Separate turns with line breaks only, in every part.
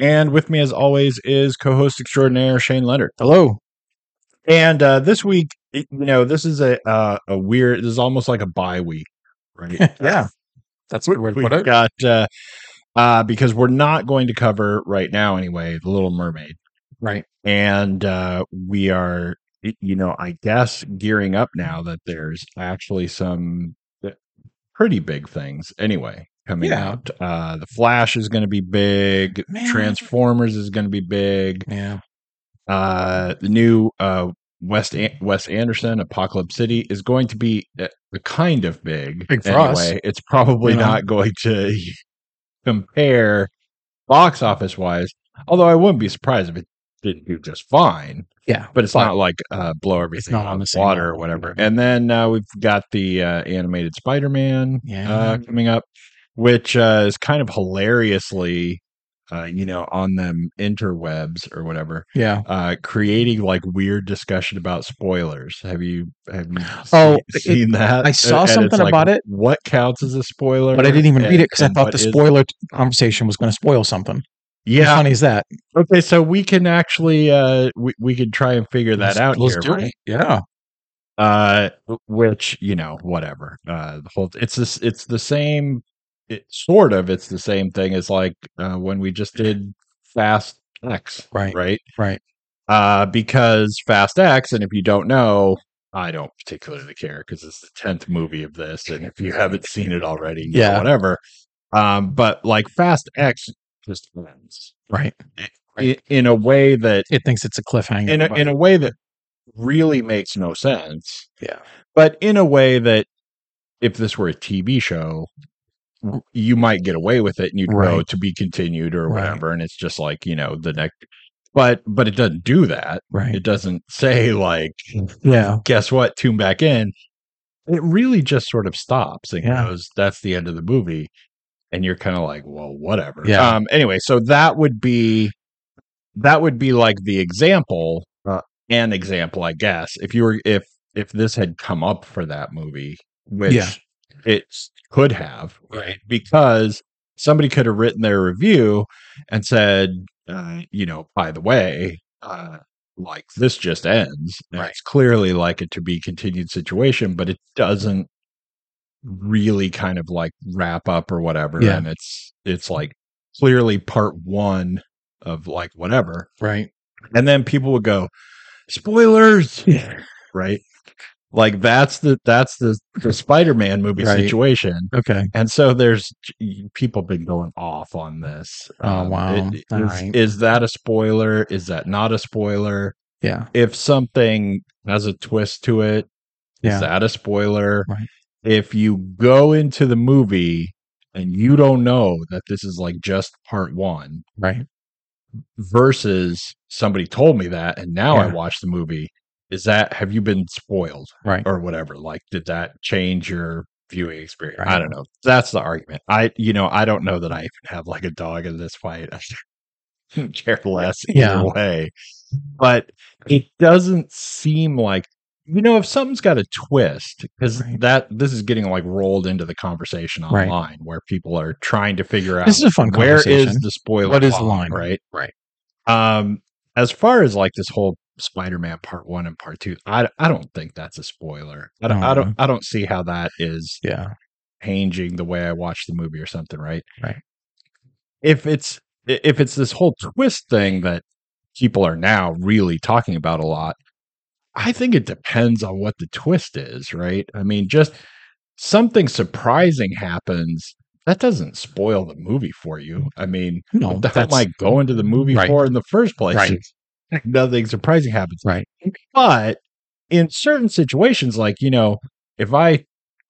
And with me, as always, is co host extraordinaire Shane Leonard. Hello. And uh, this week, it- you know, this is a uh, a weird, this is almost like a bye week, right?
yeah, that's a good way to
We've
put it.
got, uh, uh, because we're not going to cover right now, anyway, The Little Mermaid.
right.
and uh, we are y- you know i guess gearing up now that there's actually some th- pretty big things anyway coming
Yeah.
out uh the flash is going to be big
Man.
transformers is going to be big
Yeah.
uh the new uh west An- wes anderson apocalypse city is going to be uh, kind of big,
Big for us.
anyway it's probably
You know?
not going to compare box office wise although i wouldn't be surprised if it did do just fine
Yeah.
but it's not like uh, blow everything
not
out
on
of
the same
water or
level.
whatever. And then uh, we've got the uh, animated Spider-Man uh,
Yeah.
coming up, which uh, is kind of hilariously, uh, you know, on them interwebs or whatever,
Yeah.
uh, creating like weird discussion about spoilers. Have you have you
Oh,
se-
it-
seen that?
I saw
And it's
something
like,
about it.
What counts as a spoiler?
But I didn't even read
and-
it because I
and
thought
what
the
is-
spoiler t- conversation was going to spoil something. How
Yeah.
funny is that?
Okay. So we can actually uh, we we could try and figure that
Let's-
out
let's
here,
do
right?
it. Yeah.
uh which you know whatever uh the whole it's this it's the same it sort of it's the same thing as like uh when we just did fast x
Right.
right
Right.
uh because fast x and if you don't know i don't particularly care because it's the 10th movie of this and if you haven't seen it already you know,
Yeah.
whatever um but like fast x just ends
Right.
i- in a way that
It thinks it's a cliffhanger.
in a,
but-
in a way that really makes no sense
yeah.
but in a way that if this were a TV show, w- you might get away with it and you'd go
Right.
to be continued or
Right.
whatever. And it's just like, you know, the next, but, but it doesn't do that.
Right.
It doesn't say like,
Yeah.
guess what? Tune back in. It really just sort of stops and
Yeah.
goes, that's the end of the movie. And you're kind of like, well, whatever.
Yeah.
Um, anyway, so that would be, that would be like the example,
Uh.
an example, I guess, if you were, if, if this had come up for that movie, which
Yeah.
it s- could have,
Right.
because somebody could have written their review and said, uh, you know, by the way, uh, like this just ends. And
Right.
It's clearly like a to be continued situation, but it doesn't really kind of like wrap up or whatever.
Yeah.
And it's it's like clearly part one of like whatever.
Right.
And then people would go, spoilers,
Yeah.
right? Like that's the that's the the Spider-Man movie
Right.
situation
Okay.
and so there's people been going off on this
Oh, wow.
it-
All
is,
right.
is that a spoiler is that not a spoiler
Yeah.
if something has a twist to it, is
Yeah.
that a spoiler
Right.
if you go into the movie and you don't know that this is like just part one
Right.
versus somebody told me that and now i
Yeah.
watch the movie is that have you been spoiled
Right.
or whatever like did that change your viewing experience i
Right.
don't know that's the argument i you know i don't know that i even have like a dog in this fight i couldn't care less either
Yeah.
way but it doesn't seem like you know if something's got a twist because
Right.
that this is getting like rolled into the conversation
Right.
online where people are trying to figure out
This is a fun
where is
conversation.
the spoiler
What is the line?
right
Right.
um as far as like this whole spider-man part one and part two i i don't think that's a spoiler i don't i
No.
don't, I don't see how that is
Yeah.
changing the way i watch the movie or something right
Right.
if it's i- if it's this whole twist thing that people are now really talking about a lot i think it depends on what the twist is right i mean just something surprising happens that doesn't spoil the movie for you i mean
No.
what the hell am I going to the movie
Right.
for in the first place?
Right.
Nothing surprising happens.
Right.
But in certain situations, like, you know, if I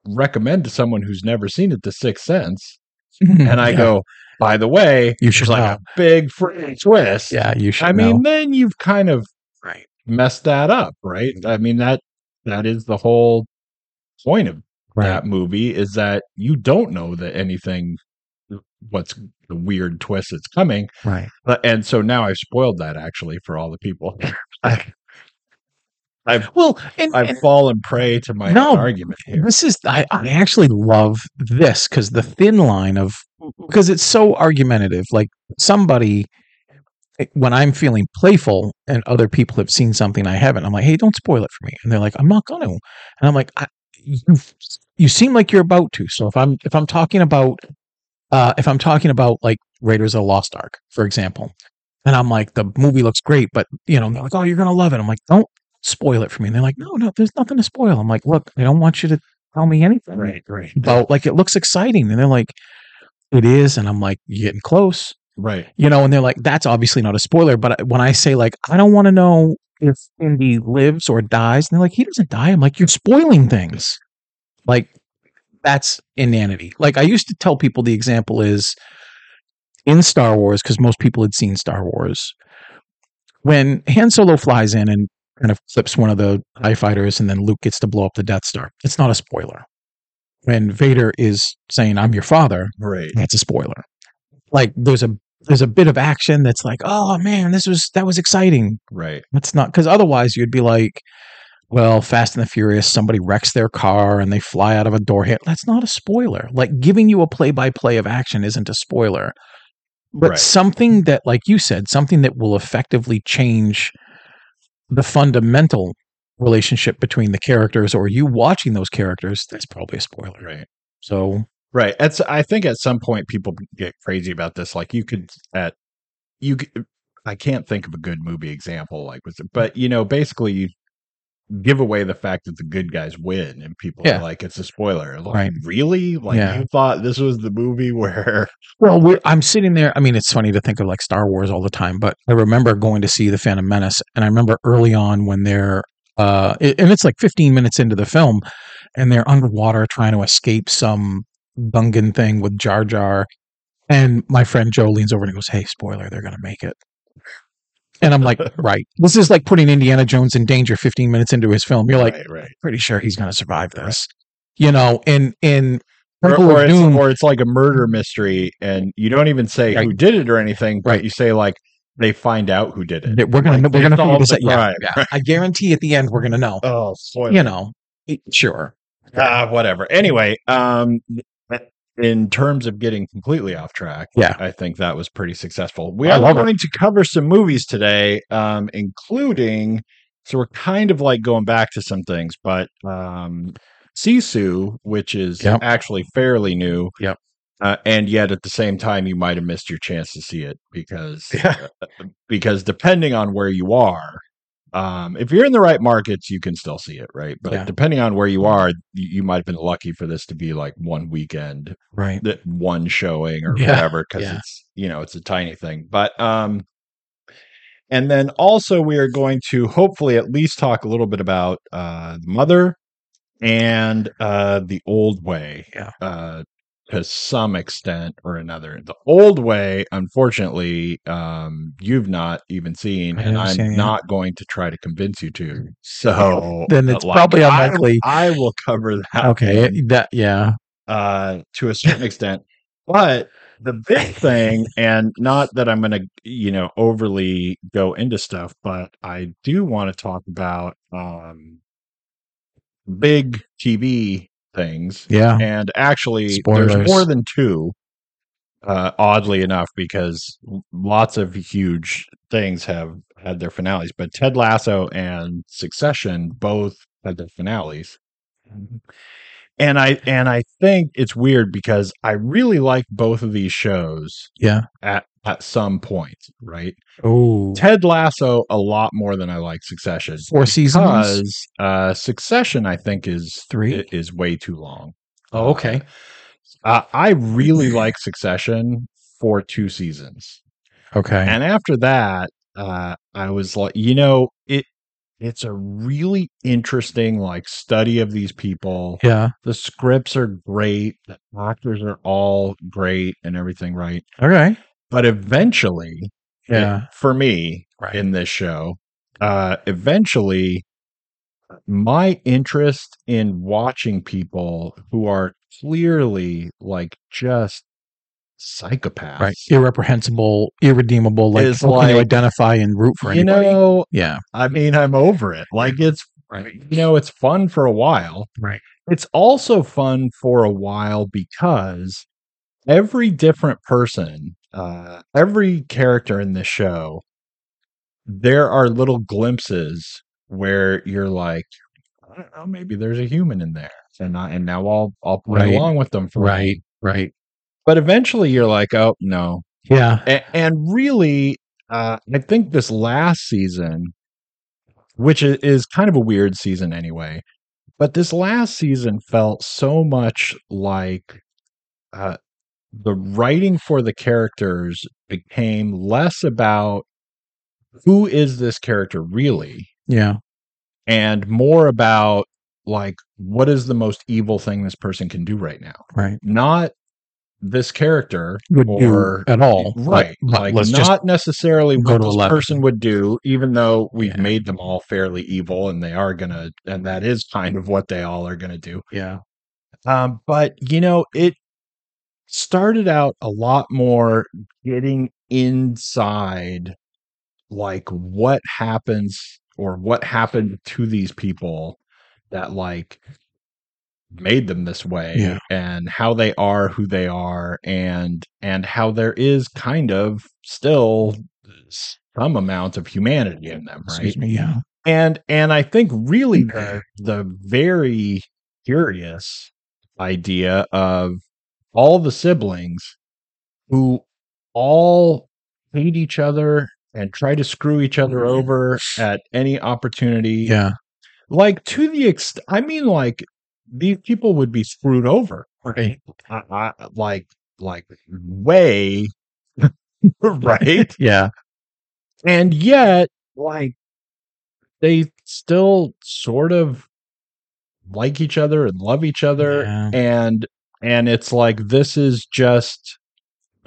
recommend to someone who's never seen it The Sixth Sense, and I
Mm-hmm, Yeah.
go, by the way,
you
there's
should
like
know.
a big freaking twist.
Yeah. You should
I mean, then you've kind of
know. right.
mess that up, right? I mean that that is the whole point of
Right.
that movie is that you don't know that anything what's the weird twist that's coming
Right.
But- and so now i've spoiled that actually for all the people I, i've
Well, and,
i've
and
fallen prey to my
No,
own argument here
this is I, I actually love this because the thin line of because it's so argumentative. Like somebody eh, when I'm feeling playful and other people have seen something I haven't, I'm like, hey, don't spoil it for me. And they're like, I'm not gonna. And I'm like, I, you you seem like you're about to. So if I'm if I'm talking about uh if I'm talking about like Raiders of the Lost Ark, for example, and I'm like, the movie looks great, but you know, they're like, oh, you're gonna love it. I'm like, don't spoil it for me. And they're like, no, no, there's nothing to spoil. I'm like, look, I don't want you to tell me anything
right
about like it looks exciting. And they're like, it is. And I'm like, you're getting close
right
you know, and they're like, that's obviously not a spoiler. But when I say like, I don't want to know if Indy lives or dies, and they're like, he doesn't die. I'm like, you're spoiling things. Like that's inanity. Like I used to tell people the example is in Star Wars because most people had seen Star Wars when Han Solo flies in and kind of clips one of the Tie Fighters, and then Luke gets to blow up the Death Star. It's not a spoiler. When Vader is saying, "I'm your father,"
right
that's a spoiler. Like there's a there's a bit of action that's like, oh man, this was that was exciting.
right
That's not because otherwise you'd be like, well, Fast and the Furious, somebody wrecks their car and they fly out of a door hit. That's not a spoiler. Like giving you a play by play of action isn't a spoiler, but
right
something that, like you said, something that will effectively change the fundamental relationship between the characters or you watching those characters. That's probably a spoiler.
right
So
Right. That's I think at some point people get crazy about this. Like you could at you c- I can't think of a good movie example like was it, but you know, basically you give away the fact that the good guys win and people
Yeah.
are like it's a spoiler. Like
Right.
really? Like
Yeah.
you thought this was the movie where
Well, we're, I'm sitting there. I mean, it's funny to think of like Star Wars all the time, but I remember going to see The Phantom Menace, and I remember early on when they're, uh, it- and it's like 15 minutes into the film, and they're underwater trying to escape some Gungan thing with Jar Jar, and my friend Joe leans over and he goes, "Hey, spoiler! They're gonna make it." And I'm like, right. This is like putting Indiana Jones in danger 15 minutes into his film. You're like,
right, right.
pretty sure he's going to survive this, you know. And in
Or,
Temple
or
of
it's,
Doom,
or it's like a murder mystery and you don't even say who
Right.
did it or anything, but
Right.
you say like they find out who did it.
that we're gonna
Like,
we're
they
gonna figure
solved
this
the
out. Yeah,
crime,
yeah. I guarantee at the end we're gonna know.
Oh spoiler.
you know, it- sure.
Ah, whatever. Anyway, um, in terms of getting completely off track,
Yeah.
I think that was pretty successful. We
I
are
love it.
going to cover some movies today, um, including. So we're kind of like going back to some things, but um, Sisu, which is
Yep.
actually fairly new,
Yep.
uh, and yet at the same time you might have missed your chance to see it because
Yeah.
because depending on where you are, um, if you're in the right markets, you can still see it, right? But
Yeah.
depending on where you are, you, you might have been lucky for this to be like one weekend,
Right.
that one showing or
Yeah,
whatever, because
yeah.
it's you know it's a tiny thing. But um, and then also we are going to hopefully at least talk a little bit about uh, the mother and uh, the old way,
Yeah.
uh, to some extent or another. The old way, unfortunately, um, you've not even seen,
I
and
haven't
I'm
seen it. Mm.
not going to try to convince you to. So
Then
uh,
it's probably
I-
unlikely.
I, will cover that.
Okay.
one
it- that yeah.
uh, to a certain extent. But the big thing, and not that I'm going to, you know, overly go into stuff, but I do want to talk about um, big TV things.
Yeah.
And actually, there's
Spoilers.
more than two, uh, oddly enough, because lots of huge things have had their finales. But Ted Lasso and Succession both had their finales
Mm-hmm.
and i and i think it's weird because i really like both of these shows
Yeah.
at at some point right
Oh.
ted lasso a lot more than i like succession
Four seasons.
because uh succession i think is
Three?
i- is way too long
Oh, okay.
uh, i
Mm-hmm.
really like succession for two seasons
Okay.
and after that uh i was like you know it it's a really interesting like study of these people
yeah.
the scripts are great the actors are all great and everything right
Okay.
but eventually
Yeah.
it- for me
Right.
in this show uh, eventually my interest in watching people who are clearly like just psychopaths
right? Irreprehensible, irredeemable. Like,
It's
how can you
like-
identify and root for
you
anybody?
know
yeah,
i mean i'm over it like it's
Right.
you know it's fun for a while
right.
it's also fun for a while because every different person, uh, every character in this show, there are little glimpses where you're like, I don't know, maybe there's a human in there, and I, and now I'll I'll play
Right.
along with them for a while.
Right, right.
But eventually, you're like, oh no,
Yeah,
and, and really, uh, I think this last season, which is, is kind of a weird season anyway, but this last season felt so much like uh, the writing for the characters became less about who is this character really
yeah,
and more about like what is the most evil thing this person can do right now
right.
not this character
Would
or
do at all, but-
right
But,
like
let's
not
just
necessarily
go
what
to
this
11.
person would do even though we've
Yeah.
made them all fairly evil and they are gonna and that is kind of what they all are gonna do
yeah,
um but you know it started out a lot more getting inside like what happens or what happened to these people that like made them this way
Yeah.
and how they are who they are and and how there is kind of still uh, some amount of humanity in them right
excuse me, yeah,
and and i think really the the very curious idea of all the siblings who all hate each other and try to screw each other over at any opportunity
yeah,
like to the ext i mean like these people would be screwed over
right,
I, I, like like way right
yeah,
and yet like they still sort of like each other and love each other
Yeah.
and and it's like this is just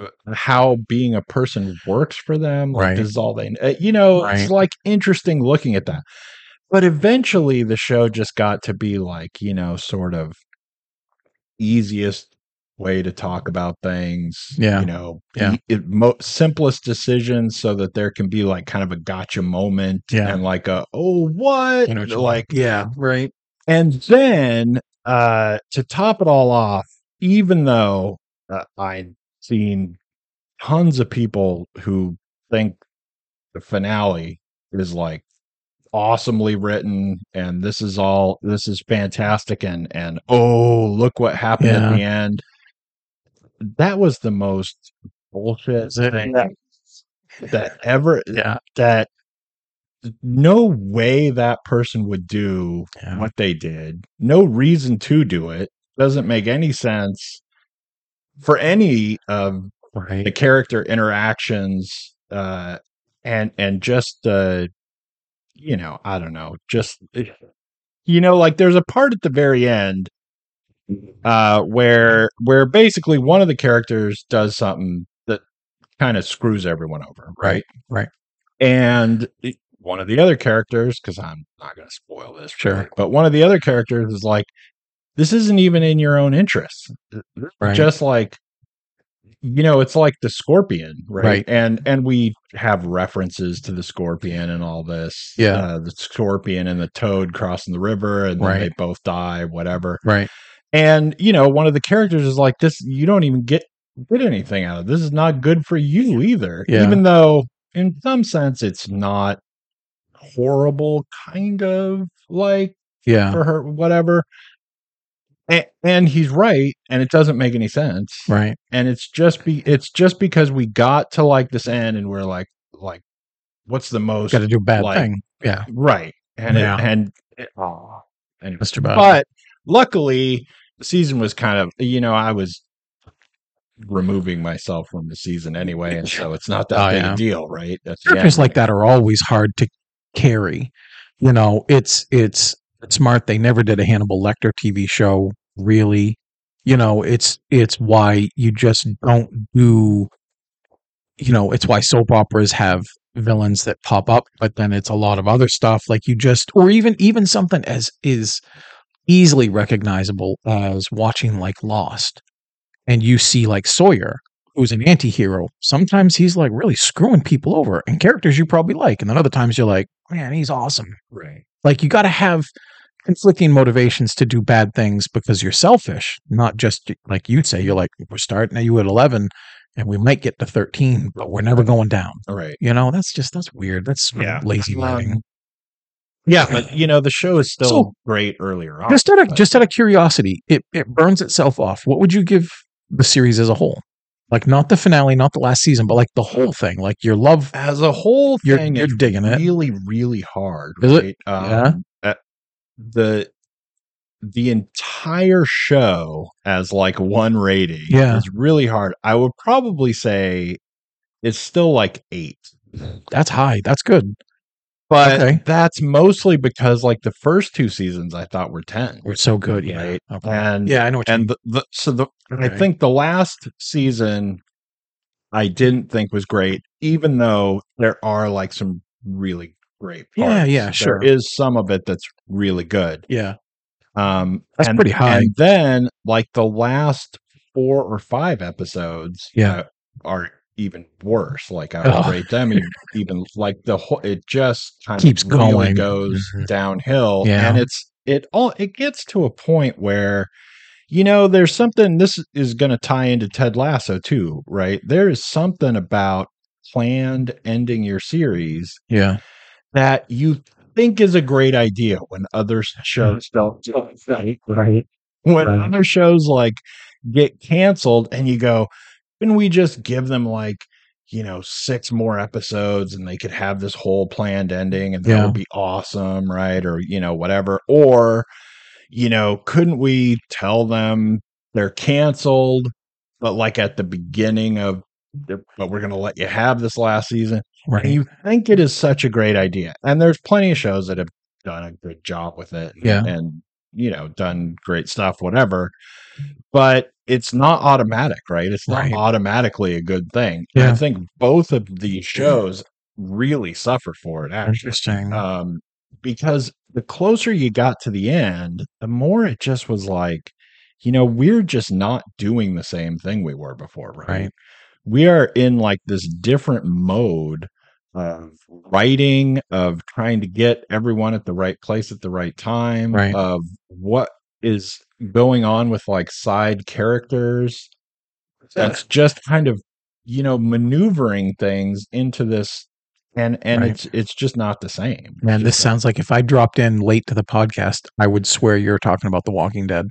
uh, how being a person works for them like
Right.
this is all they uh, you know
Right.
it's like interesting looking at that but eventually the show just got to be like you know sort of easiest way to talk about things
Yeah.
you know
Yeah.
e- it, mo- simplest decisions so that there can be like kind of a gotcha moment
Yeah.
and like a oh what,
I know what you mean.
like
yeah, right,
and then uh to top it all off even though uh, i'd seen tons of people who think the finale is like awesomely written and this is all this is fantastic and and oh look what happened
Yeah.
at the end that was the most bullshit
Is it?
thing that, that ever
yeah,
that no way that person would do
yeah.
what they did no reason to do it doesn't make any sense for any of the
right,
character interactions uh and and just uh you know i don't know just eh, you know like there's a part at the very end uh where where basically one of the characters does something that kind of screws everyone over
Right, right.
and it- one of the other characters because i'm not going to spoil this
Sure.
right, but one of the other characters is like this isn't even in your own interest
right,
just like you know it's like the scorpion right?
Right.
and and we have references to the scorpion and all this
Yeah.
uh, the scorpion and the toad crossing the river and then
Right.
they both die whatever
right,
and you know one of the characters is like this you don't even get get anything out of it. this is not good for you either
Yeah.
even though in some sense it's not horrible kind of like
yeah,
for her whatever and, and he's right and it doesn't make any sense
right,
and it's just be it's just because we got to like this end and we're like like what's the most
got to do a bad
like-
thing, yeah,
right and
Yeah.
it, and it, oh anyway.
Mister Bud,
but luckily the season was kind of you know i was removing myself from the season anyway and so it's not that
Oh,
big
yeah.
a deal right At the
characters
end,
like that are always hard to carry. You know, it's it's it's smart. They never did a Hannibal Lecter TV show, really. You know, it's it's why you just don't do. You know, it's why soap operas have villains that pop up, but then it's a lot of other stuff like you just or even even something as is easily recognizable as watching like Lost and you see like Sawyer who's an anti-hero. Sometimes he's like really screwing people over and characters you probably like and then other times you're like, man, he's awesome.
Right.
Like you got to have conflicting motivations to do bad things because you're selfish, not just like you say you're like we're starting at you at 11 and we might get to 13, but we're never going down.
All right.
You know, that's just that's weird. That's sort of
Yeah.
lazy
Um,
writing.
Yeah, but you know the show is still
So-
great earlier on.
just out of
but-
just out of curiosity, it it burns itself off. What would you give the series as a whole? Like not the finale, not the last season, but like the whole thing. Like your love,
as a whole
you're
thing,
you're
it's
digging it.
really really hard
Is it?
right
Yeah.
uh, the the entire show as like one rating
Yeah.
is really hard i would probably say it's still like eight
That's high. That's good.
but
Okay.
that's mostly because like the first two seasons i thought were 10
We're so good. Yeah.
Right.
Okay.
and
Yeah, I know what you
and the, the so the I
Okay.
think the last season I didn't think was great, even though there are like some really great
Yeah,
parts.
yeah, sure.
There is some of it that's really good.
Yeah.
Um
That's
and-
pretty high.
And then like the last four or five episodes
Yeah.
uh, are even worse. Like I would
Oh.
rate them even, even like the whole it just kind
Keeps
of really
going.
goes
Mhm.
downhill.
Yeah.
And it's it all it gets to a point where you know, there's something this is going to tie into Ted Lasso too, right? There is something about planned ending your series
Yeah.
that you think is a great idea when other shows don't do it, right?
Right.
When
Right.
other shows like get canceled and you go, can we just give them like, you know, six more episodes and they could have this whole planned ending and that
Yeah.
would be awesome, right? Or, you know, whatever. Or, you know, couldn't we tell them they're canceled, but like at the beginning of, the- but we're going to let you have this last season?
Right.
and you think it is such a great idea and there's plenty of shows that have done a good job with it
Yeah.
and you know done great stuff whatever but it's not automatic right it's not
Right.
automatically a good thing And
Yeah.
i think both of these shows really suffer for it actually
Interesting.
um because the closer you got to the end the more it just was like you know we're just not doing the same thing we were before
right.
we are in like this different mode of writing of trying to get everyone at the right place at the right time
Right.
of what is going on with like side characters that's just kind of you know maneuvering things into this and and
Right.
it's it's just not the same It's
Man, this
just not-
sounds like if I dropped in late to the podcast, I would swear you're talking about The Walking Dead.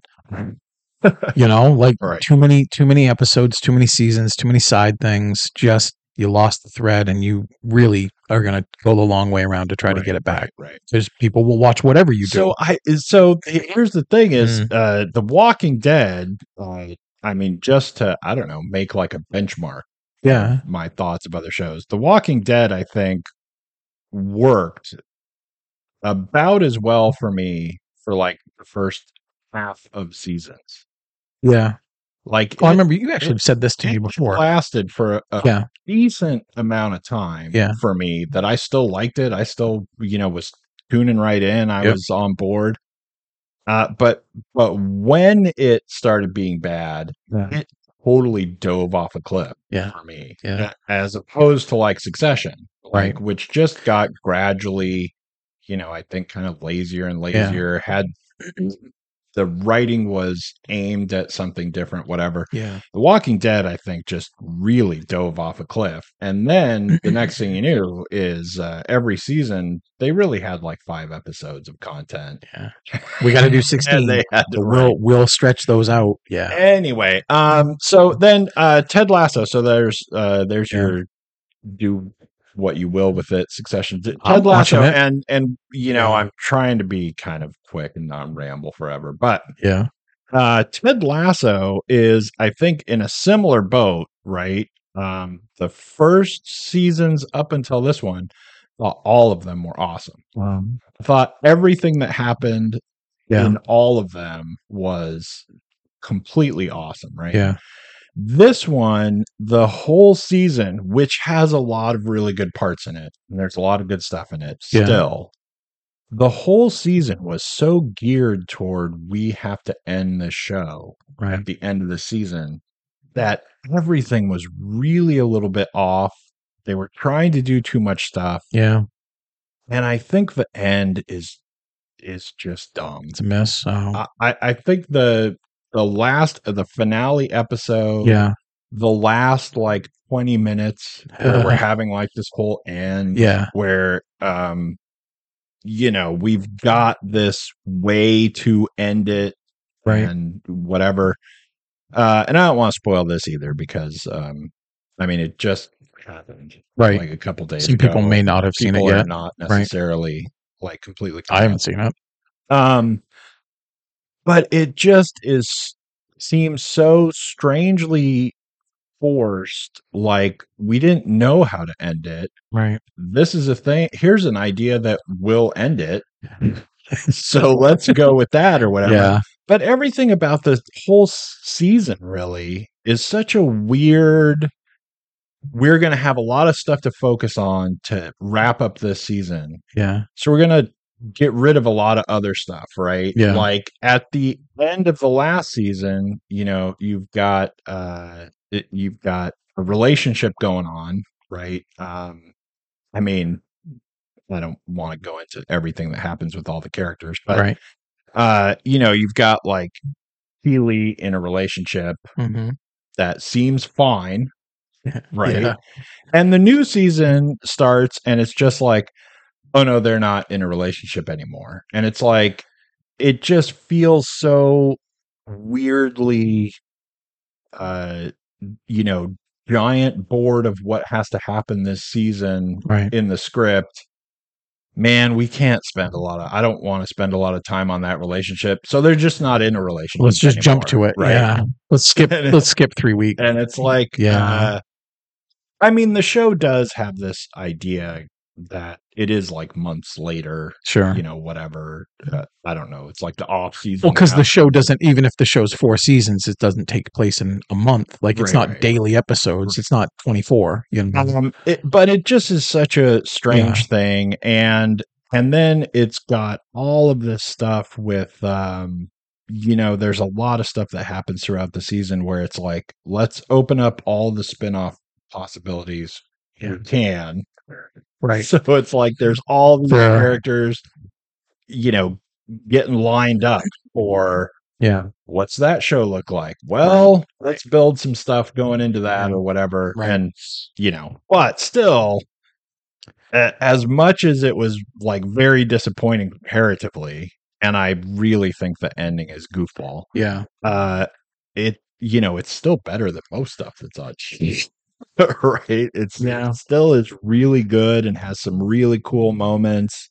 you know, like
Right.
too many, too many episodes, too many seasons, too many side things. Just you lost the thread, and you really are going to go the long way around to try to
Right,
get it back.
right
Because people will watch whatever you do. mm.
so I is- so the- here's the thing is uh the Walking Dead uh, I mean just to I don't know make like a benchmark
yeah,
my thoughts of other shows The Walking Dead I think worked about as well for me for like the first half of seasons
yeah.
like
Well, Oh, I
it-
remember you actually
it-
said this to me
it
before.
lasted for a
Yeah.
decent amount of time
Yeah.
for me that I still liked it. I still, you know, was tuning right in. I
Yep.
was on board. Uh, but but when it started being bad,
Yeah.
it totally dove off a cliff
Yeah.
for me.
Yeah.
As opposed to like Succession, like
Right.
which just got gradually, you know, I think kind of lazier and lazier. Had the writing was aimed at something different, whatever.
Yeah,
The Walking Dead, I think, just really dove off a cliff. And then the next thing you knew is uh, every season they really had like five episodes of content.
Yeah. we got to do
And
sixteen.
they had to
we'll we'll stretch those out. Yeah,
anyway. Um. So then, uh, Ted Lasso. So there's uh, there's
Yeah.
your
Hmm.
do what you will with it. Succession. Ted
I'm watching
Lasso,
it.
and and you know
Yeah.
I'm trying to be kind of quick and not ramble forever, but
yeah,
uh, Ted Lasso is, I think, in a similar boat, right? Um, the first seasons up until this one, uh, all of them were awesome.
um,
I thought everything that happened
yeah,
in all of them was completely awesome, right?
yeah,
This one, the whole season, which has a lot of really good parts in it, and there's a lot of good stuff in it
Yeah.
still. The whole season was so geared toward we have to end the show
Right.
at the end of the season that everything was really a little bit off. They were trying to do too much stuff,
Yeah.
and I think the end is is just dumb.
It's a mess. Oh.
I, I I think the the last the finale episode,
Yeah.
the last like 20 minutes where we're having like this whole end
Yeah.
where um you know we've got this way to end it
Right.
and whatever uh and i don't want to spoil this either because um i mean it just happened
Right.
like a couple days
Some people
ago.
may not have seen it
People are
yet.
not
Right.
necessarily like completely
I haven't seen it.
um, but it just is seems so strangely forced. Like we didn't know how to end it.
Right.
This is a thing. Here's an idea that will end it. so let's go with that or whatever.
Yeah.
But everything about the whole s- season really is such a weird. We're going to have a lot of stuff to focus on to wrap up this season
Yeah.
so we're gonna get rid of a lot of other stuff right
Yeah.
like at the end of the last season you know you've got uh it, you've got a relationship going on right um i mean i don't want to go into everything that happens with all the characters but
right.
uh you know you've got like Keely in a relationship
Mm-hmm.
that seems fine right
Yeah.
and the new season starts and it's just like oh no they're not in a relationship anymore and it's like it just feels so weirdly uh you know giant board of what has to happen this season
Right.
in the script man we can't spend a lot of i don't want to spend a lot of time on that relationship so they're just not in a relationship
Let's just jump to
anymore,
it. Yeah. Let's skip. let's skip three weeks.
and it's like
Yeah.
uh, i mean the show does have this idea that it is like months later
Sure.
you know whatever uh, i don't know it's like the off season
Well, because
now.
the show doesn't, even if the show's four seasons, it doesn't take place in a month. Like it's
Right,
not
right.
daily episodes. It's not twenty four. You know.
um, it, but it just is such a strange thing and and then it's got all of this stuff with um you know there's a lot of stuff that happens throughout the season where it's like let's open up all the spin-off possibilities
Yeah.
we can
Right.
So it's like there's all these
Yeah.
characters, you know, getting lined up or
Yeah.
what's that show look like? Well, let's build some stuff going into that or whatever.
Right.
And, you know, but still, a- as much as it was like very disappointing comparatively, and I really think the ending is goofball,
Yeah.
uh, it, you know, it's still better than most stuff that's on cheese. right? It's
Yeah.
it still is really good and has some really cool moments.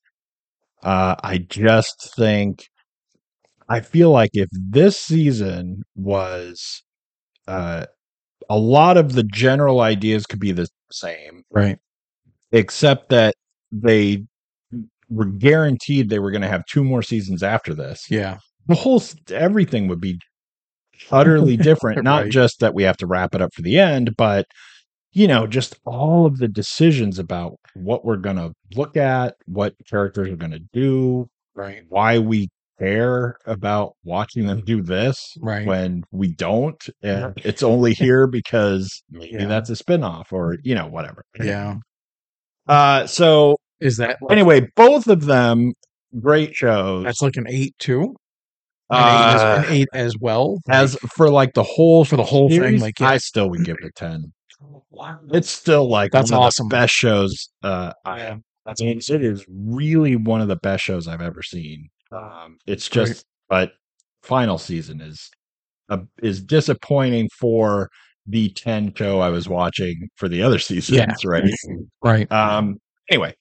Uh, I just think I feel like if this season was uh, a lot of the general ideas could be the same,
Right.
except that they were guaranteed they were going to have two more seasons after this
Yeah.
the whole s- everything would be utterly different not
Right.
just that we have to wrap it up for the end but you know just all of the decisions about what we're going to look at what characters are going to do
Right.
why we care about watching them do this
Right.
when we don't and it's only here because maybe
Yeah.
that's a spin-off or you know whatever
Yeah.
uh so
Is that like,
anyway both of them great shows
That's like an eight too. An,
Uh,
eight, as, an eight as well.
as for like the whole
For the whole thing, like, yeah.
I still would give it a ten. It's still like
That's
one of the
awesome.
best shows. Uh, I
Yeah.
I mean, it is really one of the best shows I've ever seen. Um, it's
Great.
just, but final season is uh, is disappointing for the ten show I was watching for the other seasons, right?
Right.
Um, anyway,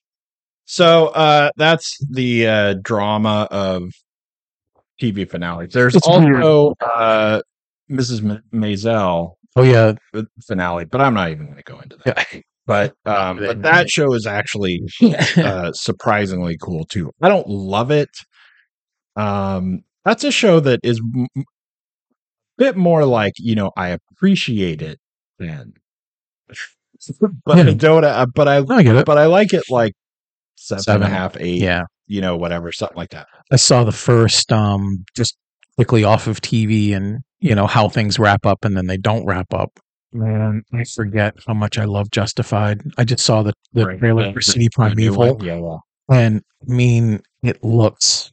so uh, that's the uh, drama of TV finales. There's
It's
also uh, Mrs. M- Maisel
oh yeah.
uh, finale, but I'm not even going to go into that.
Yeah.
But um, but that show is actually uh, surprisingly cool too. I don't love it. Um, that's a show that is m- m- bit more like you know I appreciate it than, but I
Yeah.
don't. Uh, but I
No, I get it.
but I like it like seven, seven.
Seven.
and a half, eight.
Yeah.
you know, whatever, something like that.
I saw the first um just quickly off of TV and you know how things wrap up and then they don't wrap up. Man, I forget how much I love Justified. I just saw the, the
Right,
trailer
the-
for City
The new
Primeval
one, Yeah, yeah.
and I mean it looks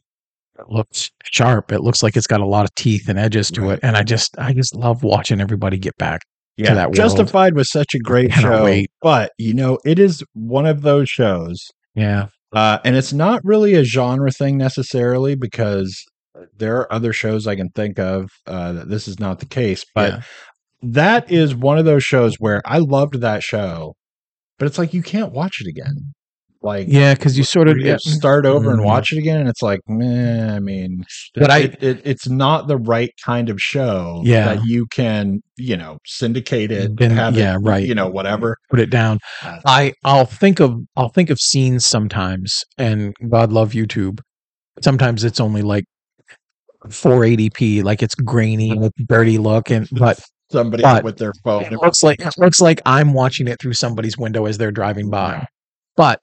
it looks sharp. It looks like it's got a lot of teeth and edges to
Right.
it. And I just I just love watching everybody get back.
yeah.
that world.
Justified was such a great
Cannot
show,
wait.
but you know, it is one of those shows
Yeah.
Uh, and it's not really a genre thing necessarily because there are other shows I can think of uh, that this is not the case. But
yeah.
that is one of those shows where I loved that show, but it's like you can't watch it again. Like
Yeah, because you sort of
you start over and
Mm.
watch it again, and it's like, meh, I mean,
But I-
it, it, it's not the right kind of show
Yeah.
that you can, you know, syndicate it,
Then-
have
yeah,
it,
right.
you know, whatever.
put it down.
Uh,
I I'll think of I'll think of scenes sometimes, and God love YouTube. Sometimes it's only like 480p, like it's grainy, and it's dirty look, and but
somebody
but-
with their phone.
it looks like it looks like I'm watching it through somebody's window as they're driving by. But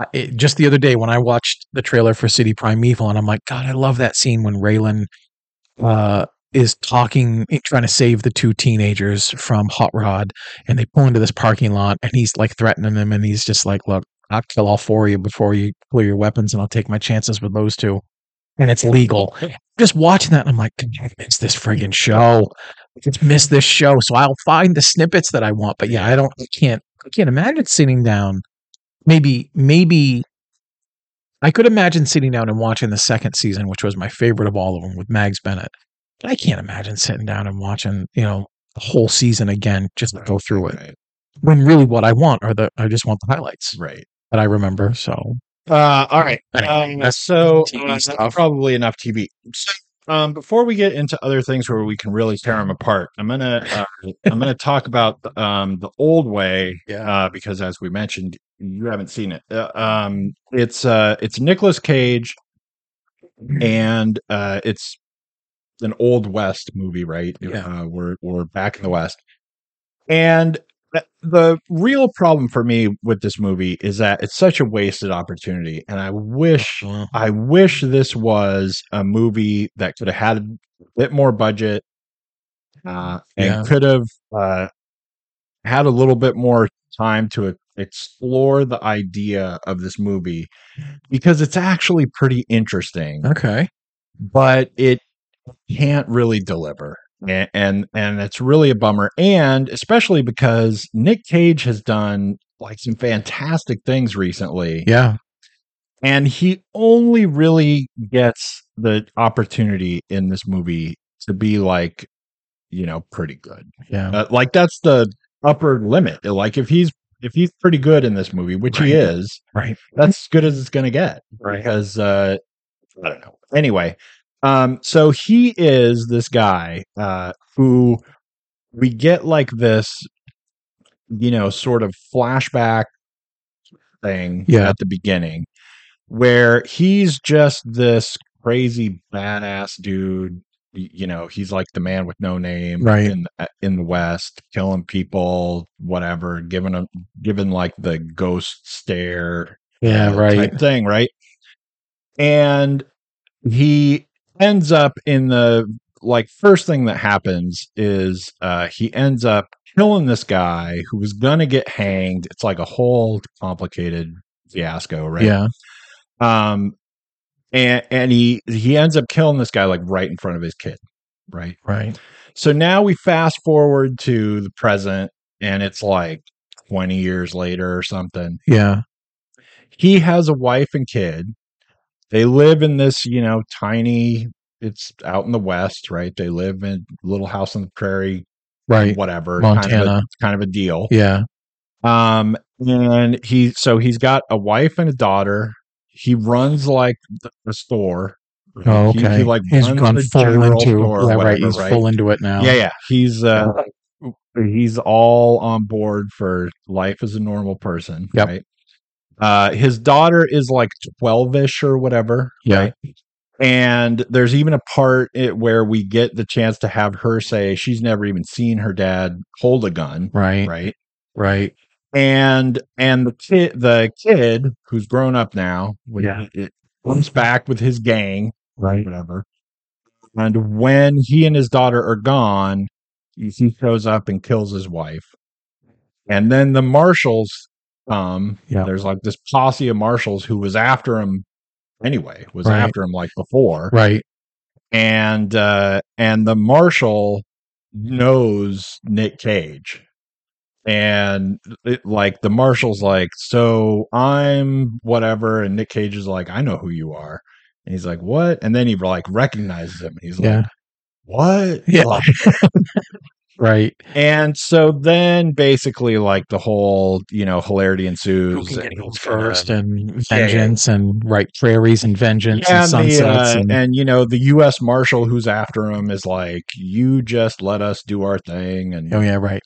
I- it, just the other day when I watched the trailer for City Primeval, and I'm like, God, I love that scene when Raylan uh, is talking, trying to save the two teenagers from Hot Rod, and they pull into this parking lot, and he's like threatening them, and he's just like, "Look, I'll kill all four of you before you clear your weapons, and I'll take my chances with those two, and it's legal." Just watching that, and I'm like, "God, I miss this friggin' show. I just miss this show. So I'll find the snippets that I want, but yeah, I don't, I can't, I can't imagine sitting down. Maybe, maybe. I could imagine sitting down and watching the second season, which was my favorite of all of them with Mags Bennett. I can't imagine sitting down and watching, you know, the whole season again just to go through it.
Right,
When really what I want are the I just want the highlights
right.
that I remember. So
Uh, all right.
Anyway,
Um,
that's
so
TV
uh, that's
stuff.
probably enough TV. So, um, before we get into other things where we can really tear them apart, I'm gonna uh, I'm gonna talk about um the old way
yeah,
uh, because as we mentioned, you haven't seen it. Uh, um, it's uh it's Nicolas Cage,
Mm.
and uh, it's an old west movie, right?
Yeah.
Uh, we're we're back in the west, and th- the real problem for me with this movie is that it's such a wasted opportunity, and I wish
well,
I wish this was a movie that could have had a bit more budget uh, and
Mm. Yeah.
could have uh, had a little bit more time to e- explore the idea of this movie
Mm.
because it's actually pretty interesting,
okay,
but it can't really deliver.
Mm.
And, and and it's really a bummer and especially because Nick Cage has done like some fantastic things recently
yeah,
and he only really gets the opportunity in this movie to be like you know pretty good
yeah,
Uh, like that's the upper limit like if he's if he's pretty good in this movie which he
Right.
is
right,
that's as good as it's gonna get
Right.
because uh i don't know anyway um so he is this guy uh who we get like this you know sort of flashback thing
Yeah.
at the beginning where he's just this crazy badass dude Y- you know he's like the man with no name
Right.
in the, in the west killing people whatever giving them giving like the ghost stare
yeah,
uh,
right,
type thing, right? And he ends up in the like first thing that happens is uh he ends up killing this guy who was gonna get hanged. It's like a whole complicated fiasco, right?
yeah,
Um and and he he ends up killing this guy like right in front of his kid, right?
right,
So now we fast forward to the present and it's like 20 years later or something
yeah,
he has a wife and kid. They live in this, you know, tiny. It's out in the west, right? They live in a little house on the prairie,
right,
whatever, kind of a,
Montana.
kind of a deal.
yeah,
Um, and he so he's got a wife and a daughter. He runs like th- the store. right?
oh,
He-
okay,
He, like
he's
runs
gone
the
full
general
into
store or
yeah, right,
whatever,
he's full into it now,
yeah, yeah. He's uh he's all on board for life as a normal person,
Yep.
right? Uh his daughter is like 12ish or whatever,
Yeah.
right? And there's even a part it, where we get the chance to have her say she's never even seen her dad hold a gun,
Right.
right?
Right.
and and the kid the kid who's grown up now when
Yeah.
he- it comes back with his gang
Right.
whatever and when he and his daughter are gone he he shows up and kills his wife and then the marshals um
Yeah.
there's like this posse of marshals who was after him anyway was
Right.
after him like before
Right.
and uh and the marshal knows Nick Cage and it, like the marshal's like so I'm whatever and Nick Cage is like I know who you are and he's like what and then he like recognizes him and he's
Yeah.
like what
Yeah.
Like,
Right.
and so then basically like the whole you know hilarity ensues and-
first and
Yeah, yeah.
vengeance and right prairies and vengeance
Yeah,
and
and, the,
sunsets
uh,
and,
and you know the U.S. Marshal who's after him is like, "You just let us do our thing and
oh yeah right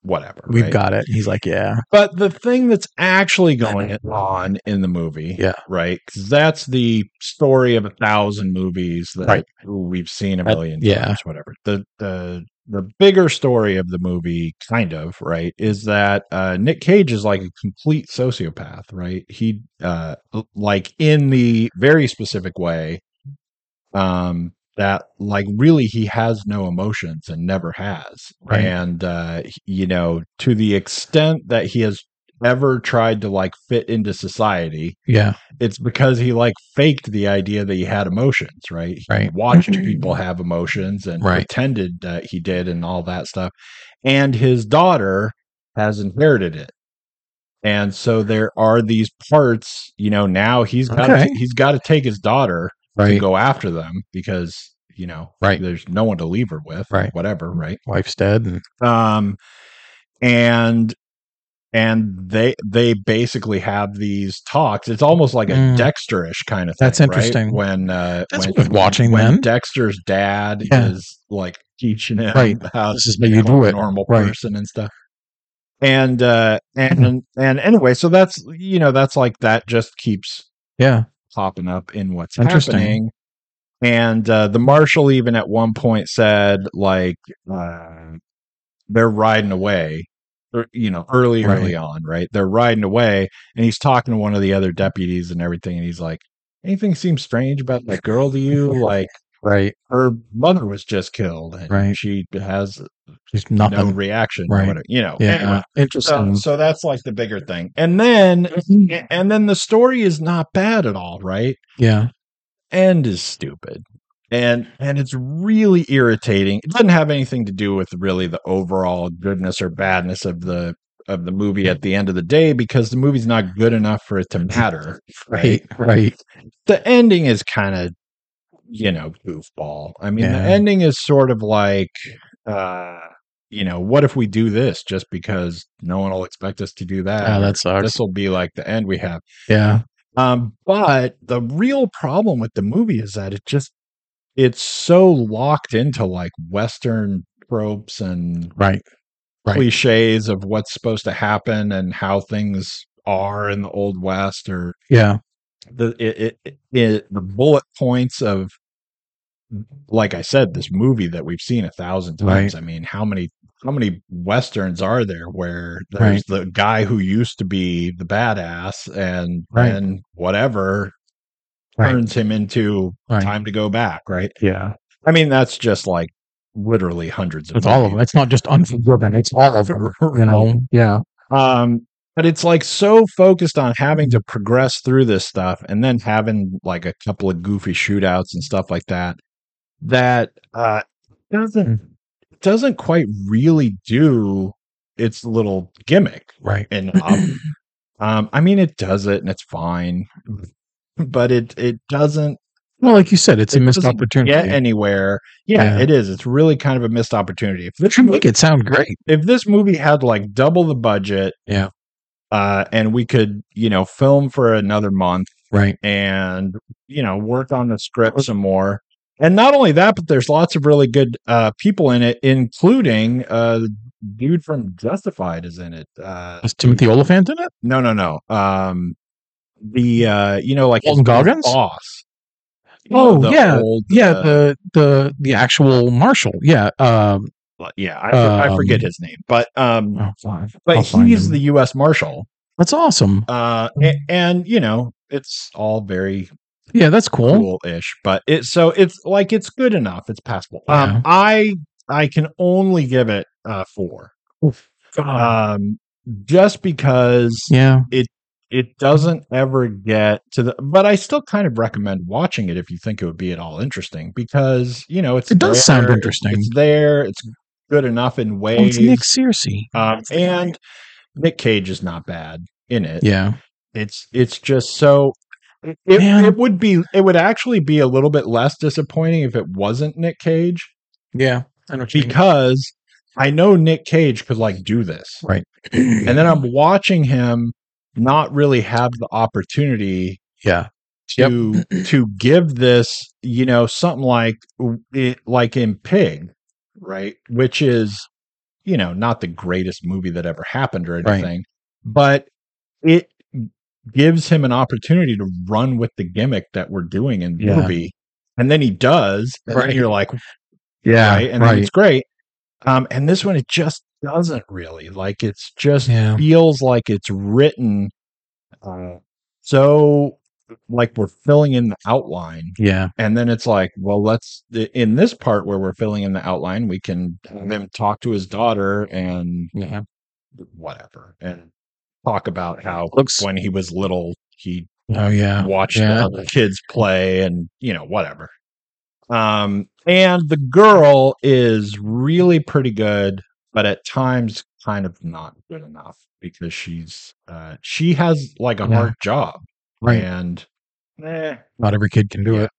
whatever."
we've
right?
got it he's like yeah
But the thing that's actually going on in the movie,
Yeah.
right? 'Cause that's the story of a thousand movies that
Right.
we've seen a
That-
million
yeah.
times, whatever. The the the bigger story of the movie, kind of, right, is that uh, Nick Cage is like a complete sociopath, right? He, uh, like, in the very specific way, um, that like really he has no emotions and never has,
Right.
and uh, he- you know, to the extent that he has ever tried to like fit into society,
yeah
it's because he like faked the idea that he had emotions, right? He
Right.
watched people have emotions and
Right.
pretended that he did and all that stuff. And his daughter has inherited it. And so there are these parts, you know, now he's got
Okay.
he's got to take his daughter to
right
go after them because, you know,
Right.
there's no one to leave her with,
Right. Mm-hmm.
whatever, right?
wife's dead and
um and and they they basically have these talks it's almost like a
Mm.
dexterish kind of thing
That's
right?
interesting.
when uh
That's
when,
worth watching,
when
then.
dexter's dad
Yeah.
is like teaching him
Right.
how
This is
to
how you
become
do
a
it.
normal
Right. Mm-hmm.
person and stuff and uh and and anyway so that's you know that's like that just keeps
yeah
popping up in what's
Interesting.
happening. And uh, the marshal even at one point said, like, uh, they're riding away, er- you know, early,
Right.
early on, right? They're riding away, and he's talking to one of the other deputies and everything, and he's like, anything seems strange about that girl to you? Like,
right
her mother was just killed, and
Right.
she has
just
no
nothing
reaction,
Right.
or whatever, you know.
yeah
Anyway, so,
interesting
so that's like the bigger thing. And then, and then the story is not bad at all, right?
yeah
end is stupid and and it's really irritating it doesn't have anything to do with really the overall goodness or badness of the of the movie at the end of the day because the movie's not good enough for it to matter
right right
the ending is kind of you know goofball i mean
Yeah.
the ending is sort of like uh you know what if we do this just because no one will expect us to do that
yeah that sucks
this will be like the end we have
yeah
um, but the real problem with the movie is that it just it's so locked into like Western tropes and
right Right.
cliches of what's supposed to happen and how things are in the old West or
yeah
the it, it, it the bullet points of like I said, this movie that we've seen a thousand times. I mean, how many how many westerns are there where there's the guy who used to be the badass and
Right.
then whatever
right
turns him into
Right.
time to go back, right?
yeah
I mean, that's just like literally hundreds of
it's all of them
movies.
it's not just unforgiven it's all of them you know yeah
Um, but it's like so focused on having to progress through this stuff and then having like a couple of goofy shootouts and stuff like that that uh doesn't doesn't quite really do its little gimmick
right
and um, um I mean it does it and it's fine but it it doesn't
well like you said it's a
it
missed
doesn't
opportunity
get anywhere. Yeah,
Yeah.
it is. It's really kind of a missed opportunity. If this,
make it sound great
if this movie had like double the budget,
Yeah.
uh, and we could you know film for another month
right
and you know work on the script some more. And not only that, but there's lots of really good uh, people in it, including uh, the dude from Justified is in it. Uh,
is timothy oliphant in it
no, no, no. Um, the uh, you know like his
Walton Goggins?
boss.
Oh,
the
yeah.
old,
yeah,
uh,
the the the actual marshal. Yeah. Um,
yeah. I, for- I forget
um,
his name, but um,
oh, fine.
but
I'll find
he's
him.
the U.S. Marshal.
That's awesome.
Uh, a-
Mm.
and, you know, it's all very
Yeah, that's cool.
cool ish, but it so it's like it's good enough. It's passable.
Yeah.
Um, I I can only give it uh four.
Uh,
Um, just because
Uh-huh. yeah.
it doesn't ever get to the but i still kind of recommend watching it if you think it would be at all interesting because you know it's
It does sound
there,
interesting.
it's there it's good enough in
Oh,
ways
it's Nick Searcy.
um, and nick cage is not bad in it
Yeah.
it's it's just so it, it
Man.
it would be it would actually be a little bit less disappointing if it wasn't nick cage
Yeah. I know what you mean.
because i know nick cage could like do this and then i'm watching him not really have the opportunity
yeah. Yep.
to to give this you know something like it- like in pig right which is you know not the greatest movie that ever happened or
Right.
anything but it gives him an opportunity to run with the gimmick that we're doing in the
Yeah.
movie and then he does and
Right.
then you're like
Yeah.
right and then it's great um and this one it just doesn't really like it's just
Yeah.
feels like it's written uh, so like we're filling in the outline
Yeah.
and then it's like well let's in this part where we're filling in the outline we can have him talk to his daughter and
Yeah.
whatever and talk about how
Looks.
when he was little he
Oh yeah.
watched
yeah.
other kids play and you know whatever um and the girl is really pretty good but at times kind of not good enough because she's uh she has like a
Yeah.
hard job
Right.
and eh,
Not every kid can do
Yeah.
it.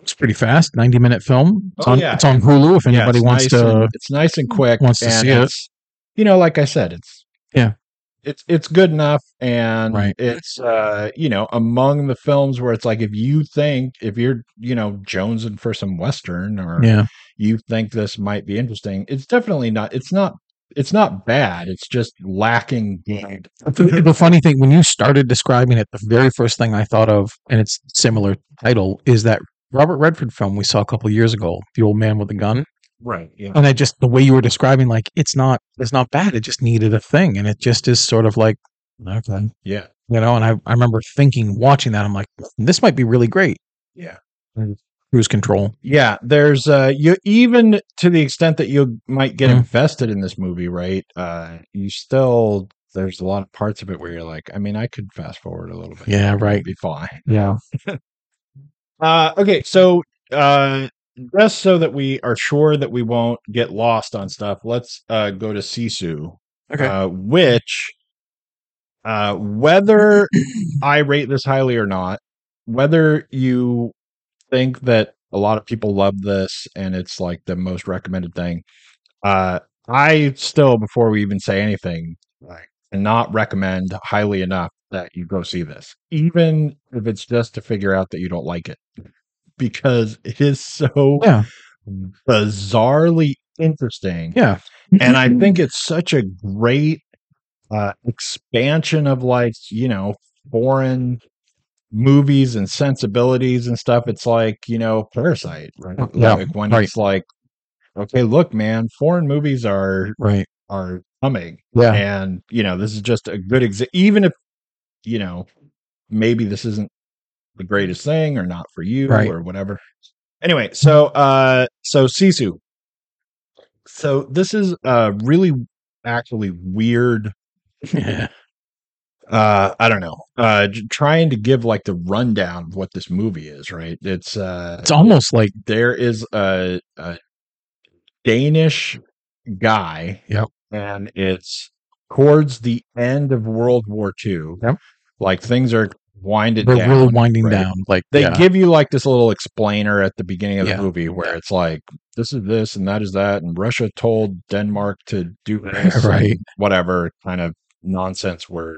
It's pretty fast. Ninety minute film. It's
Oh,
on,
yeah.
It's on Hulu. If
yeah,
anybody
it's
wants
nice
to.
and- it's nice and quick
wants to
and
see it.
it's, you know like i said it's
Yeah.
it's it's good enough and
Right.
it's uh you know among the films where it's like if you think if you're you know jonesing for some western or
Yeah.
you think this might be interesting it's definitely not it's not it's not bad it's just lacking good
the, the funny thing when you started describing it the very first thing i thought of and it's similar title is that robert redford film we saw a couple years ago the old man with the gun
right yeah
and i just the way you were describing like it's not it's not bad it just needed a thing and it just is sort of like okay
yeah
you know and i, I remember thinking watching that i'm like "Hmm, this might be really great Mm.
yeah
cruise control
yeah there's uh you even to the extent that you might get
Mm.
invested in this movie right uh you still there's a lot of parts of it where you're like i mean i could fast forward a little bit
yeah right
it'd be fine
yeah
uh okay so uh just so that we are sure that we won't get lost on stuff let's uh go to sisu
okay
uh, which uh, whether I rate this highly or not, whether you think that a lot of people love this and it's like the most recommended thing, uh, I still, before we even say anything, like cannot recommend highly enough that you go see this, even if it's just to figure out that you don't like it, because it is so
Yeah.
Mm-hmm. bizarrely interesting
yeah
and I think it's such a great uh, expansion of like you know foreign movies and sensibilities and stuff. It's like you know Parasite, right?
Yeah,
like when
right.
it's like, okay, look, man, foreign movies are
right
are coming,
yeah
and you know this is just a good example. Even if you know maybe this isn't the greatest thing or not for you
Right.
or whatever. Anyway, so uh so Sisu. So this is a really actually weird
yeah
uh I don't know. Uh j- trying to give like the rundown of what this movie is, right? It's uh
it's almost like
there is a, a Danish guy.
Yep.
And it's towards the end of World War II.
Yep.
Like things are winded
we're
down.
really winding
right?
down like
they
yeah.
give you like this little explainer at the beginning of the
Yeah.
movie where it's like this is this and that is that and russia told denmark to do this and
Right.
whatever kind of nonsense we're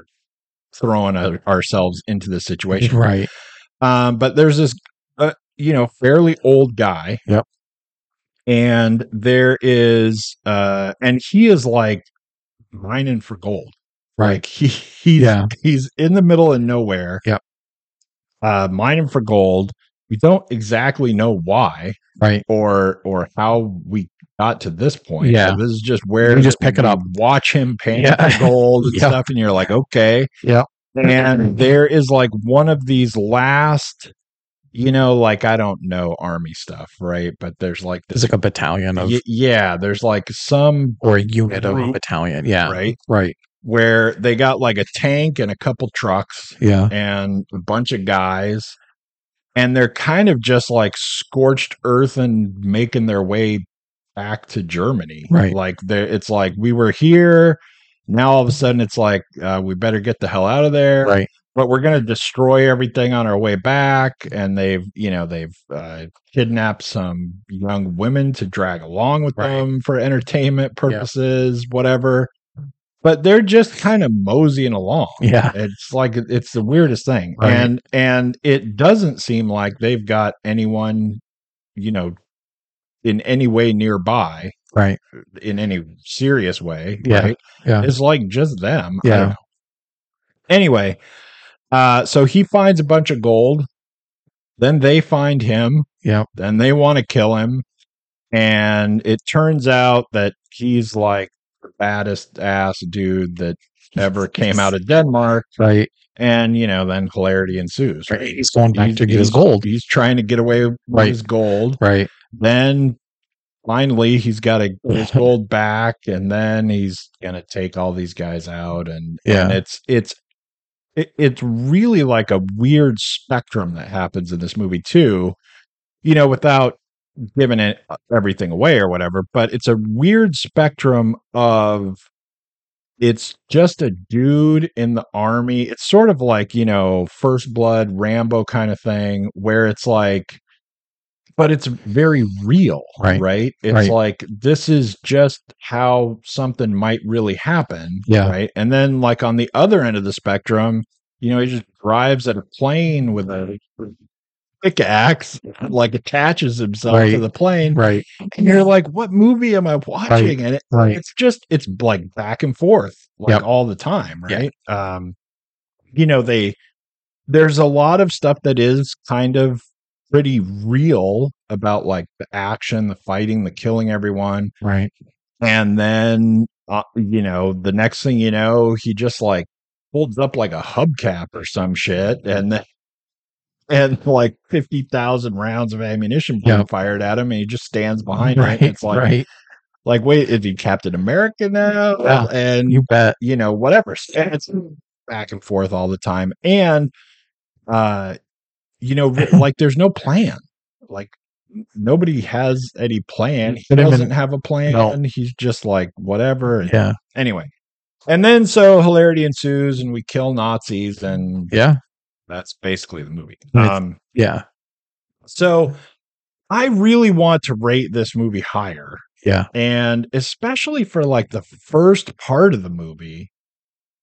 throwing our- ourselves into this situation
right
um but there's this uh, you know fairly old guy
Yep.
and there is uh and he is like mining for gold
right
like he he's
Yeah.
he's in the middle of nowhere.
Yep.
Uh mining for gold we don't exactly know why
right?
or or how we got to this point.
Yeah.
So this is just where
We just pick it up.
watch him paint
Yeah.
the gold and
Yeah.
stuff, and you're like, okay.
Yeah.
And there is like one of these last, you know, like I don't know army stuff, right? But there's like
It's
this,
like a battalion of
y- yeah, there's like some
or a unit of a
Group.
battalion. Yeah, right.
right where they got like a tank and a couple trucks
Yeah,
and a bunch of guys and they're kind of just like scorched earth and making their way back to germany
Right.
like they it's like we were here now all of a sudden it's like uh, we better get the hell out of there
right.
but we're going to destroy everything on our way back and they've you know they've uh, kidnapped some young women to drag along with
Right.
them for entertainment purposes whatever but they're just kind of moseying along
Yeah,
it's like it's the weirdest thing
Right.
and and it doesn't seem like they've got anyone you know in any way nearby
right.
in any serious way
Yeah,
right?
yeah.
it's like just them I
Yeah.
don't know. anyway uh so he finds a bunch of gold then they find him
Yeah,
then they want to kill him and it turns out that he's like the baddest ass dude that ever came out of denmark
right.
and you know then hilarity ensues
right. He's going back
He's-
to get his
he's-
gold.
he's trying to get away with
Right.
his gold
Right.
then finally he's got to get his gold back and then he's gonna take all these guys out and
Yeah.
and it's it's it, it's really like a weird spectrum that happens in this movie too you know without giving it uh, everything away or whatever but it's a weird spectrum of it's just a dude in the army it's sort of like you know first blood rambo kind of thing where it's like but it's very real
Right.
right it's
Right.
like this is just how something might really happen
Yeah.
right and then like on the other end of the spectrum you know he just drives at a plane with a pickaxe like attaches himself to
Right.
the plane
Right.
and you're like what movie am i watching and it,
Right.
it's just it's like back and forth like
Yep.
all the time
Yeah.
right um you know they there's a lot of stuff that is kind of pretty real about like the action the fighting the killing everyone
Right.
and then uh, you know the next thing you know he just like holds up like a hubcap or some shit and then and like 50,000 rounds of ammunition being
Yep.
fired at him and he just stands behind
right.
it and it's like
right.
like wait is he captain america now
Yeah.
and
You bet.
you know whatever So it's back and forth all the time and uh you know re- like there's no plan like nobody has any plan he
Should have been-
doesn't have a plan
No.
he's just like whatever And
Yeah.
anyway and then so hilarity ensues and we kill nazis and
Yeah.
that's basically the movie
It's-
um
Yeah.
so i really want to rate this movie higher
Yeah.
and especially for like the first part of the movie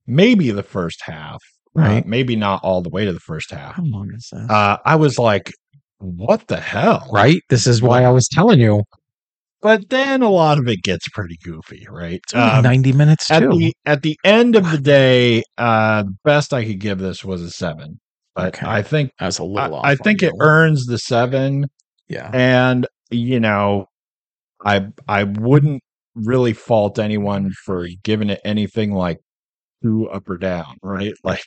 maybe the first half uh,
Right.
maybe not all the way to the first half
How long is that?
uh, i was like what the hell
right. This is why I was telling you.
but then a lot of it gets pretty goofy right
It's only
Um,
ninety minutes
at
too.
the at the end of the day uh the best i could give this was a seven but
Okay.
i think
I was a
I,
little off.
I
on
think
you.
it earns the seven
Yeah.
and you know i i wouldn't really fault anyone for giving it anything like two up or down right like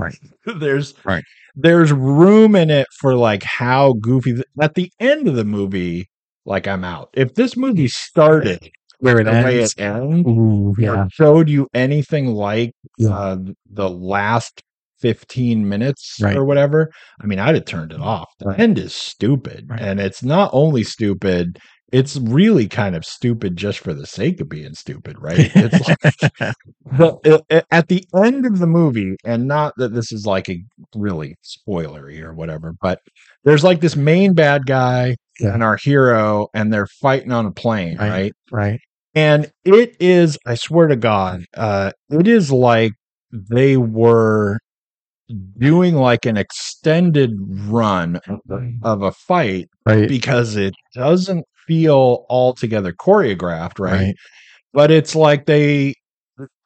Right.
there's
Right.
there's room in it for like how goofy th- at the end of the movie like i'm out if this movie started
Where it
the way
ends.
it ends
Ooh,
or
yeah.
showed you anything like
Yeah.
uh, the last 15 minutes
Right. Mm,
or whatever, I mean, I'd have turned it off. The
Right.
end is stupid.
Right.
And it's not only stupid, it's really kind of stupid just for the sake of being stupid, right? It's like the, a- a- at the end of the movie, and not that this is like a really spoilery or whatever, but there's like this main bad guy
Yeah.
and our hero, and they're fighting on a plane,
Right.
right?
Right.
and it is i swear to god uh it is like they were doing like an extended run of a fight
Right.
because it doesn't feel altogether choreographed right,
Right.
but it's like they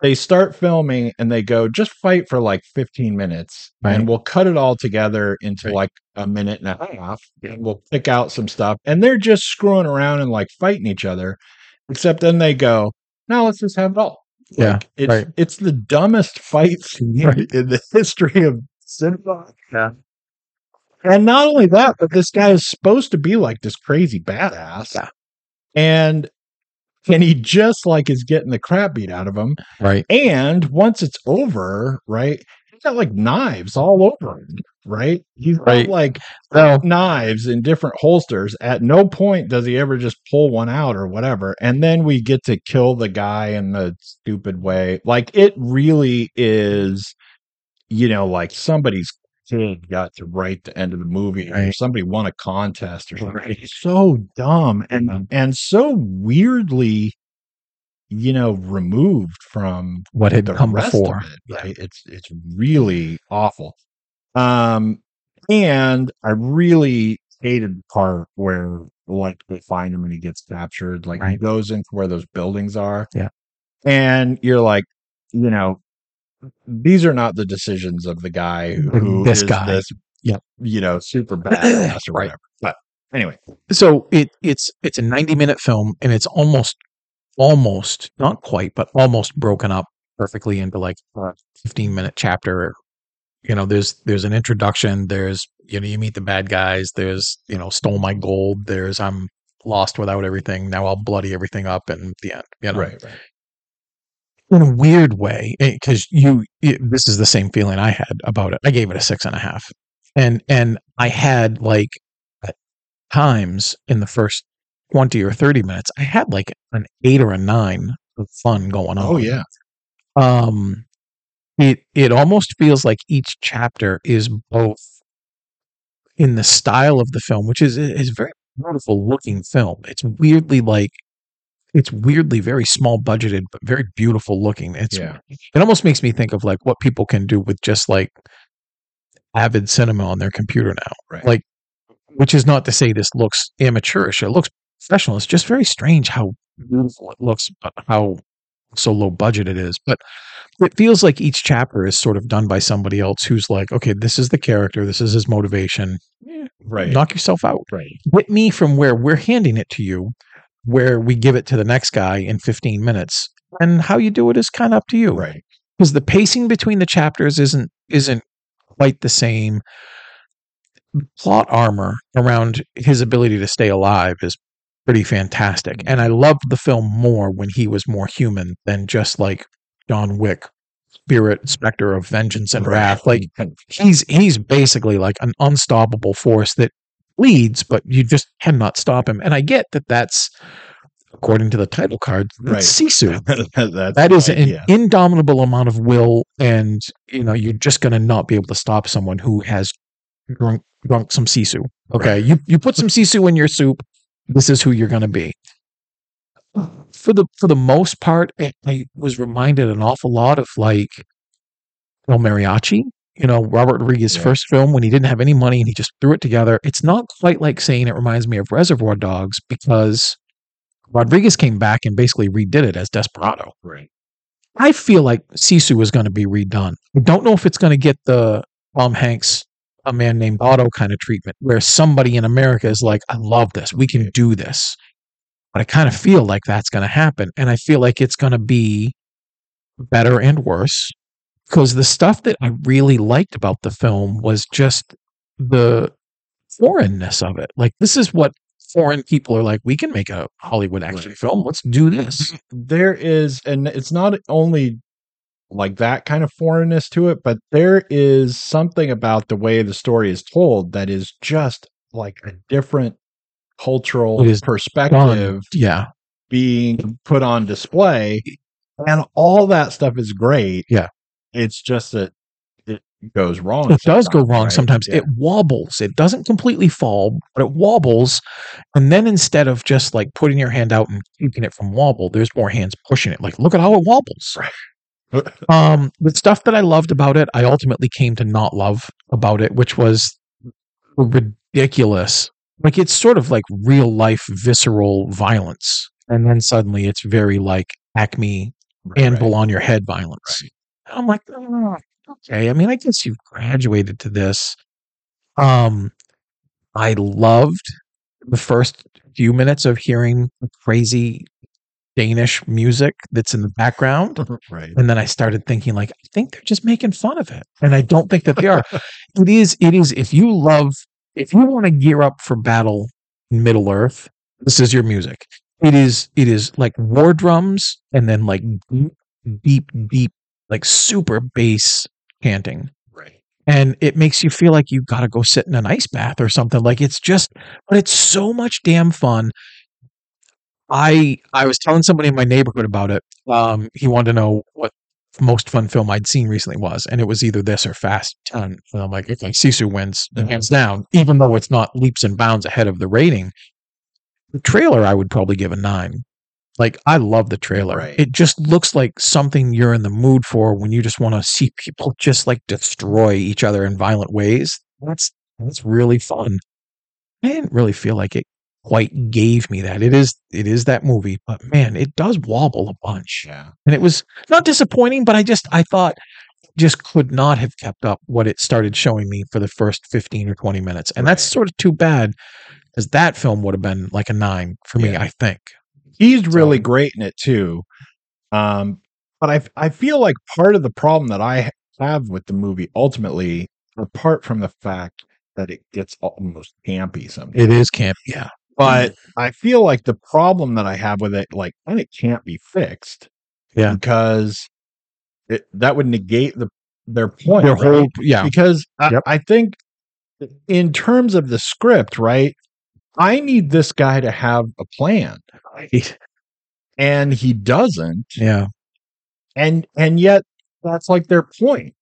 they start filming and they go just fight for like 15 minutes
Right.
and we'll cut it all together into
Right.
like a minute and a half and we'll pick out some stuff and they're just screwing around and like fighting each other except then they go now let's just have it all
Yeah,
Like, it's
right.
it's the dumbest fight scene
Right.
in the history of cinema and not only that but this guy is supposed to be like this crazy badass
Yeah.
and and he just like is getting the crap beat out of him
Right.
and once it's over, right, he's got like knives all over him, right? He's got
Right.
like
So
knives in different holsters. At no point does he ever just pull one out or whatever. And then we get to kill the guy in the stupid way. Like it really is, you know, like somebody's kid got to write the end of the movie or
Right.
somebody won a contest or something.
Right.
It's so dumb and
Yeah.
and so weirdly, you know, removed from
what had
the
come
rest
before?
of it, right? It's it's really awful. Um, and I really hated the part where like they find him and he gets captured. Like he
Right.
goes into where those buildings are.
Yeah.
and you're like, you know, these are not the decisions of the guy who, who
This
is
guy.
this,
Yep.
you know, super badass or
Right.
whatever. But anyway,
so it it's it's a 90 minute film and it's almost almost not quite but almost broken up perfectly into like a 15 minute chapter you know there's there's an introduction there's you know you meet the bad guys there's you know stole my gold there's i'm lost without everything now i'll bloody everything up and the end you know
right, right,
in a weird way because you it, this is the same feeling i had about it i gave it a six and a half and and i had like at times in the first 20 or 30 minutes i had like an eight or a nine of fun going on
oh yeah,
um it it almost feels like each chapter is both in the style of the film which is is a very beautiful looking film it's weirdly like it's weirdly very small budgeted but very beautiful looking it's
yeah,
it almost makes me think of like what people can do with just like avid cinema on their computer now
right,
like- which is not to say this looks amateurish it looks professional it's just very strange how beautiful it looks but how so low budget it is but it feels like each chapter is sort of done by somebody else who's like okay this is the character this is his motivation
right,
knock yourself out
right,
hit me from where we're handing it to you where we give it to the next guy in 15 minutes and how you do it is kind of up to you
right,
because the pacing between the chapters isn't isn't quite the same plot armor around his ability to stay alive is pretty fantastic and i loved the film more when he was more human than just like john wick spirit specter of vengeance and wrath like he's he's basically like an unstoppable force that leads but you just cannot stop him and i get that that's according to the title card that's
Right.
sisu
that's
that is
right,
an
yeah.
indomitable amount of will and you know you're just going to not be able to stop someone who has drunk drunk some sisu okay
Right.
you you put some sisu in your soup this is who you're going to be for the for the most part I, I was reminded an awful lot of like El Mariachi you know Robert Rodriguez's
Yeah.
first film when he didn't have any money and he just threw it together it's not quite like saying it reminds me of Reservoir Dogs because Rodriguez came back and basically redid it as Desperado
right,
I feel like Sisu is going to be redone. I don't know if it's going to get the Tom Hanks, a man named Otto kind of treatment, where somebody in America is like, I love this. We can do this. But I kind of feel like that's going to happen. And I feel like it's going to be better and worse because the stuff that I really liked about the film was just the foreignness of it. Like, this is what foreign people are like, we can make a Hollywood action
Right.
film. Let's do this.
there is and it's not only like that kind of foreignness to it but there is something about the way the story is told that is just like a different cultural
It is
perspective
Yeah.
being put on display and all that stuff is great
Yeah.
it's just that it goes wrong
it does go
sometimes,
wrong
right?
sometimes
Yeah.
it wobbles it doesn't completely fall but it wobbles and then instead of just like putting your hand out and keeping it from wobble there's more hands pushing it like look at how it wobbles um the stuff that i loved about it i ultimately came to not love about it which was ridiculous like it's sort of like real life visceral violence and then suddenly it's very like acme
Right,
and
right.
blow on your head violence. And I'm like, "Oh, okay. I mean, I guess you've graduated to this. Um, I loved the first few minutes of hearing the crazy Danish music that's in the background.
right.
And then I started thinking, like, I think they're just making fun of it. And I don't think that they are. it is, it is, if you love, if you want to gear up for battle in Middle Earth, this is your music. It is, it is like war drums and then like deep, deep, deep, like super bass chanting.
Right.
And it makes you feel like you got to go sit in an ice bath or something. Like it's just, but it's so much damn fun. I I was telling somebody in my neighborhood about it. Um, he wanted to know what most fun film I'd seen recently was, and it was either this or Fast Ten. And I'm like, okay, Sisu wins
Yeah.
hands down, even though it's not leaps and bounds ahead of the rating. The trailer I would probably give a nine. Like I love the trailer.
Right.
It just looks like something you're in the mood for when you just want to see people just like destroy each other in violent ways. That's that's really fun. I didn't really feel like it quite gave me that. It is it is that movie, but man, it does wobble a bunch.
Yeah.
And it was not disappointing, but I just I thought just could not have kept up what it started showing me for the first 15 or 20 minutes. And that's
Right.
sort of too bad cuz that film would have been like a 9 for me,
Yeah.
I think.
He's really
So-
great in it too. Um, but I I feel like part of the problem that I have with the movie ultimately, apart from the fact that it gets almost campy sometimes.
It is camp. Yeah.
but I feel like the problem that I have with it, like, and it can't be fixed.
Yeah.
Because it, that would negate the their point.
Their
right?
whole yeah.
Because I,
Yep.
I think in terms of the script, right? I need this guy to have a plan, and he doesn't.
Yeah.
And and yet that's like their point,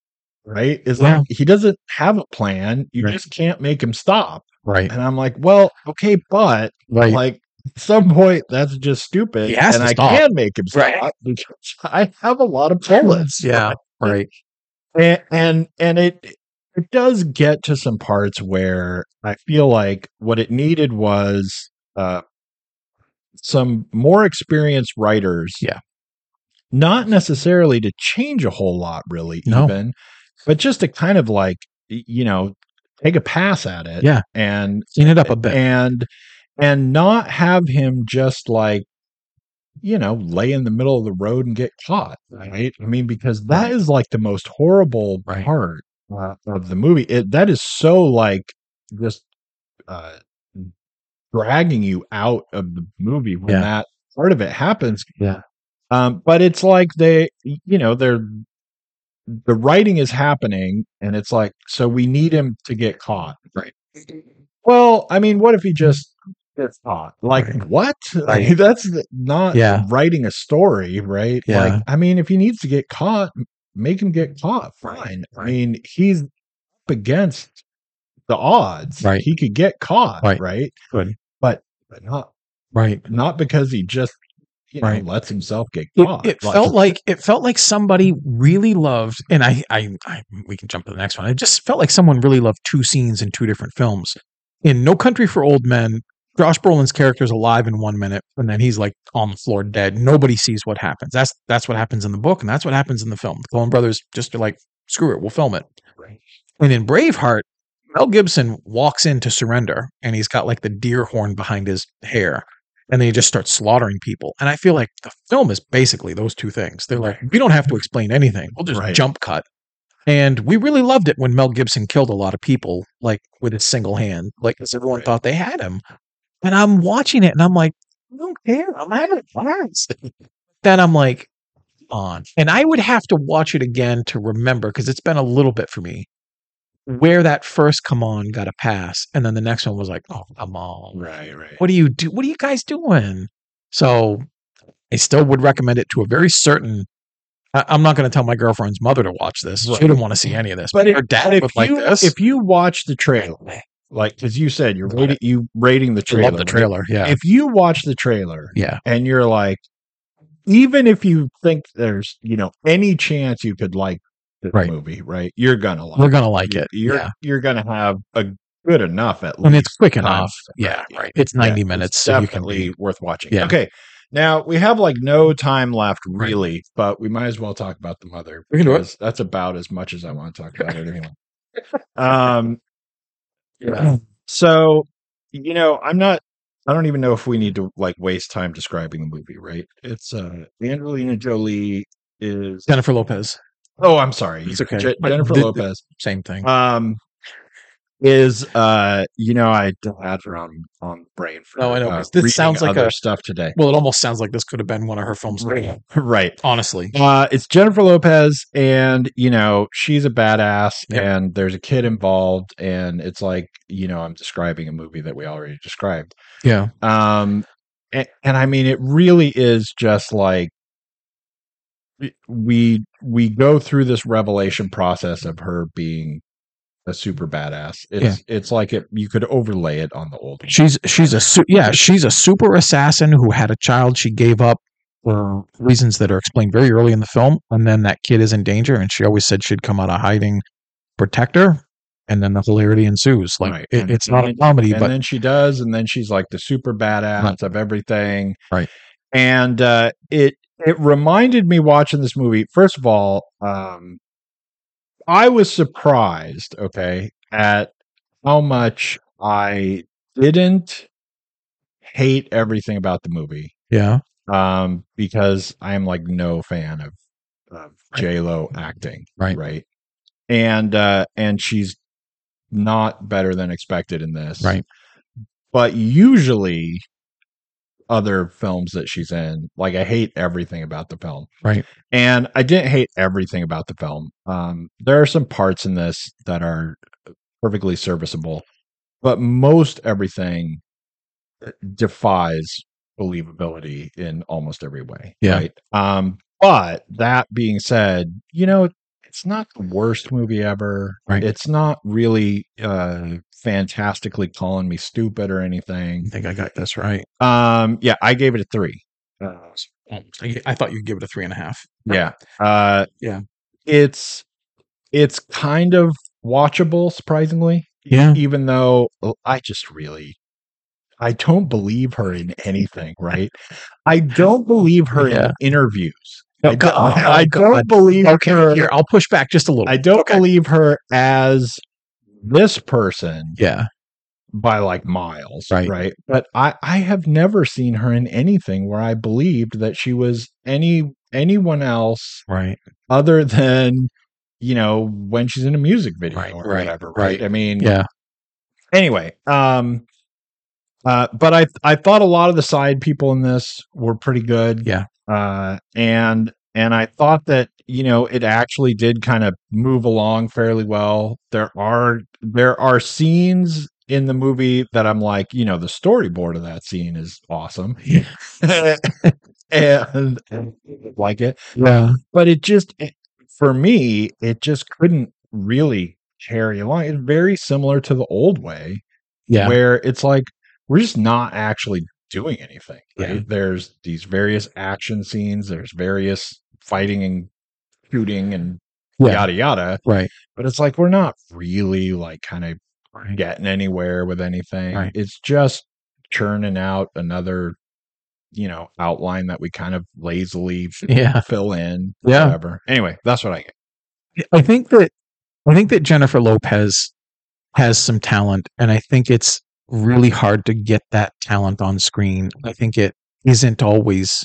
right? Is like he doesn't have a plan. You
Right.
just can't make him stop.
Right.
And I'm like, well, okay, but
Right.
like at some point that's just stupid
He has
and
to
i
stop.
can make him stop
Right.
because i have a lot of bullets
yeah. Right.
and and, and it it does get to some parts where i feel like what it needed was uh some more experienced writers
Yeah.
not necessarily to change a whole lot really
No.
even but just to kind of like y- you know take a pass at it
Yeah.
and
Clean it up a bit.
and and not have him just like you know lay in the middle of the road and get caught right i mean because that
Right.
is like the most horrible
Right.
part uh, of the movie it that is so like just uh dragging you out of the movie when
Yeah.
that part of it happens
Yeah.
um but it's like they you know they're the writing is happening and it's like so we need him to get caught right well i mean what if
Mm-hmm.
he just gets caught like
Right.
what
Right.
Like, that's the- not
Yeah.
writing a story right
Yeah.
like i mean if he needs to get caught m- make him get caught
Right.
fine
Right.
i mean he's up against the odds
Right.
he could get caught
Right.
right,
Good.
but but not
Right.
not because he just you know
Right.
lets himself get
It,
caught
it felt like it felt like somebody really loved, and I, I, I, we can jump to the next one. It just felt like someone really loved two scenes in two different films. In No Country for Old Men, Josh Brolin's character is alive in one minute, and then he's like on the floor dead. Nobody sees what happens. That's that's what happens in the book, and that's what happens in the film. The Coen Brothers just are like, screw it, we'll film it.
Right.
And in Braveheart, Mel Gibson walks in to surrender, and he's got like the deer horn behind his hair and then you just start slaughtering people. And I feel like the film is basically those two things. They're like, we don't have to explain anything. We'll just
Right.
jump cut. And we really loved it when Mel Gibson killed a lot of people, like with his single hand, like because everyone
Right.
thought they had him. And I'm watching it and I'm like, I don't care. I'm having a blast. then I'm like, come on. And I would have to watch it again to remember because it's been a little bit for me where that first come on got a pass. And then the next one was like, oh, come on
right right
what do you do what are you guys doing so i still would recommend it to a very certain I, i'm not going to tell my girlfriend's mother to watch this
Right.
she didn't want to see any of this
But
but
if-
her dad
But
would like
you,
this
If you watch the trailer, like because you said you're rating, you rating the
I
trailer.
love the
right?
trailer yeah
If you watch the trailer
yeah
and you're like, even if you think there's you know any chance you could like this
Right.
movie, right? You're gonna like.
we're going to like
You-
it
You're
yeah
you're gonna have a good enough at least.
and it's quick
time
enough
spent,
yeah
yeah.
right it's 90
Yeah,
minutes
it's
so you can
definitely
be
worth watching.
Yeah.
Okay. Now we have like no time left,
Right.
really, but we might as well talk about the mother
We can do it.
because that's about as much as I want to talk about it anyway. Um,
Yeah.
so you know, I'm not. I don't even know if we need to like waste time describing the movie, right? It's uh Angelina Jolie is.
Jennifer Lopez,
Oh, I'm sorry.
It's okay.
Je-
But
Jennifer
the- the-
Lopez
same thing.
um is uh you know i don't have her on on brain for
No, I know,
uh,
'cause this
reading
sounds like
other
a-
stuff today
well, it almost sounds like this could have been one of her films.
right
Honestly,
uh it's jennifer lopez and you know she's a badass
Yep.
and there's a kid involved and it's like you know i'm describing a movie that we already described
yeah.
um a- and, i mean it really is just like we we go through this revelation process of her being a super badass it's it's like it you could overlay it on the old one.
She's she's a su- yeah she's a super assassin who had a child she gave up for reasons that are explained very early in the film, and then that kid is in danger, and she always said she'd come out of hiding, protect her, and then the hilarity ensues. Like
Right.
it,
And-
it's not a
and-
comedy,
and
but
then she does and then she's like the super badass
Right.
of everything
Right.
and uh it it reminded me watching this movie first of all um i was surprised okay at how much i didn't hate everything about the movie
yeah,
um because i'm like no fan of of j lo acting
Right.
right and uh and she's not better than expected in this
Right.
but usually other films that she's in like i hate everything about the film
Right.
and i didn't hate everything about the film um there are some parts in this that are perfectly serviceable but most everything uh, defies believability in almost every way.
Yeah.
Right. Um, but that being said, you know, it's not the worst movie ever.
Right.
It's not really uh fantastically calling me stupid or
I
anything.
think I got this right.
Um, yeah, I gave it a three. Uh,
I, I thought you'd give it a three and a half.
yeah. Uh
Yeah.
It's it's kind of watchable, surprisingly.
Yeah.
even though oh, I just really I don't believe her in anything, right? I don't believe her
Yeah.
in interviews.
No,
I
go-
don't,
oh,
I
go-
don't believe
Okay,
her.
here I'll push back just a little.
I don't
Okay.
believe her as this person
yeah,
by like miles,
Right.
right? But I I have never seen her in anything where I believed that she was any anyone else
right.
other than you know when she's in a music video
Right,
or
right,
whatever,
right.
right? I mean,
Yeah,
anyway um uh but i i thought a lot of the side people in this were pretty good
Yeah.
uh and and i thought that you know it actually did kind of move along fairly well there are there are scenes in the movie that i'm like you know the storyboard of that scene is awesome
Yeah.
and, and like it
yeah,
but it just it- for me it just couldn't really carry along it's very similar to the old way
yeah.
where it's like we're just not actually doing anything. Right?
Yeah.
There's these various action scenes, there's various fighting and shooting and
Yeah.
yada yada,
right,
but it's like we're not really like kind of
right.
getting anywhere with anything.
Right.
It's just churning out another, you know, outline that we kind of lazily
yeah.
fill in.
Yeah.
Whatever. Anyway, that's what I get.
I think that I think that Jennifer Lopez has some talent, and I think it's really hard to get that talent on screen. I think it isn't always.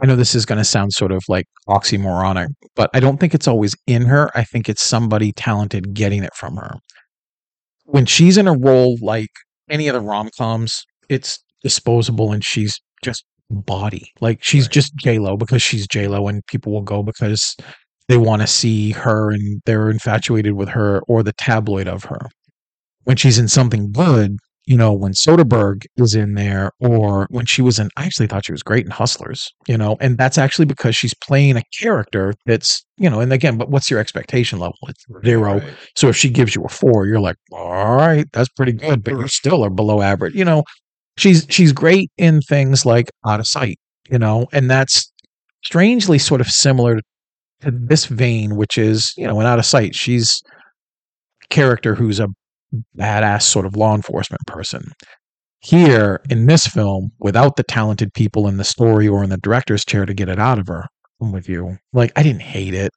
I know this is going to sound sort of like oxymoronic, but I don't think it's always in her. I think it's somebody talented getting it from her. When she's in a role like any of the rom coms, it's disposable and she's just body. Like she's
Right.
just J Lo because she's J Lo, and people will go because they want to see her and they're infatuated with her or the tabloid of her. When she's in something good, you know, when Soderbergh is in there or when she was in, I actually thought she was great in Hustlers, you know, and that's actually because she's playing a character that's, you know, and again, but what's your expectation level? It's zero.
Right.
So if she gives you a four, you're like, all right, that's pretty good, but you still are below average. You know, she's she's great in things like out of sight, you know, and that's strangely sort of similar to this vein, which is, you know, in out of sight, she's a character who's a badass sort of law enforcement person. Here in this film, without the talented people in the story or in the director's chair to get it out of her, I'm with you. Like, I didn't hate it,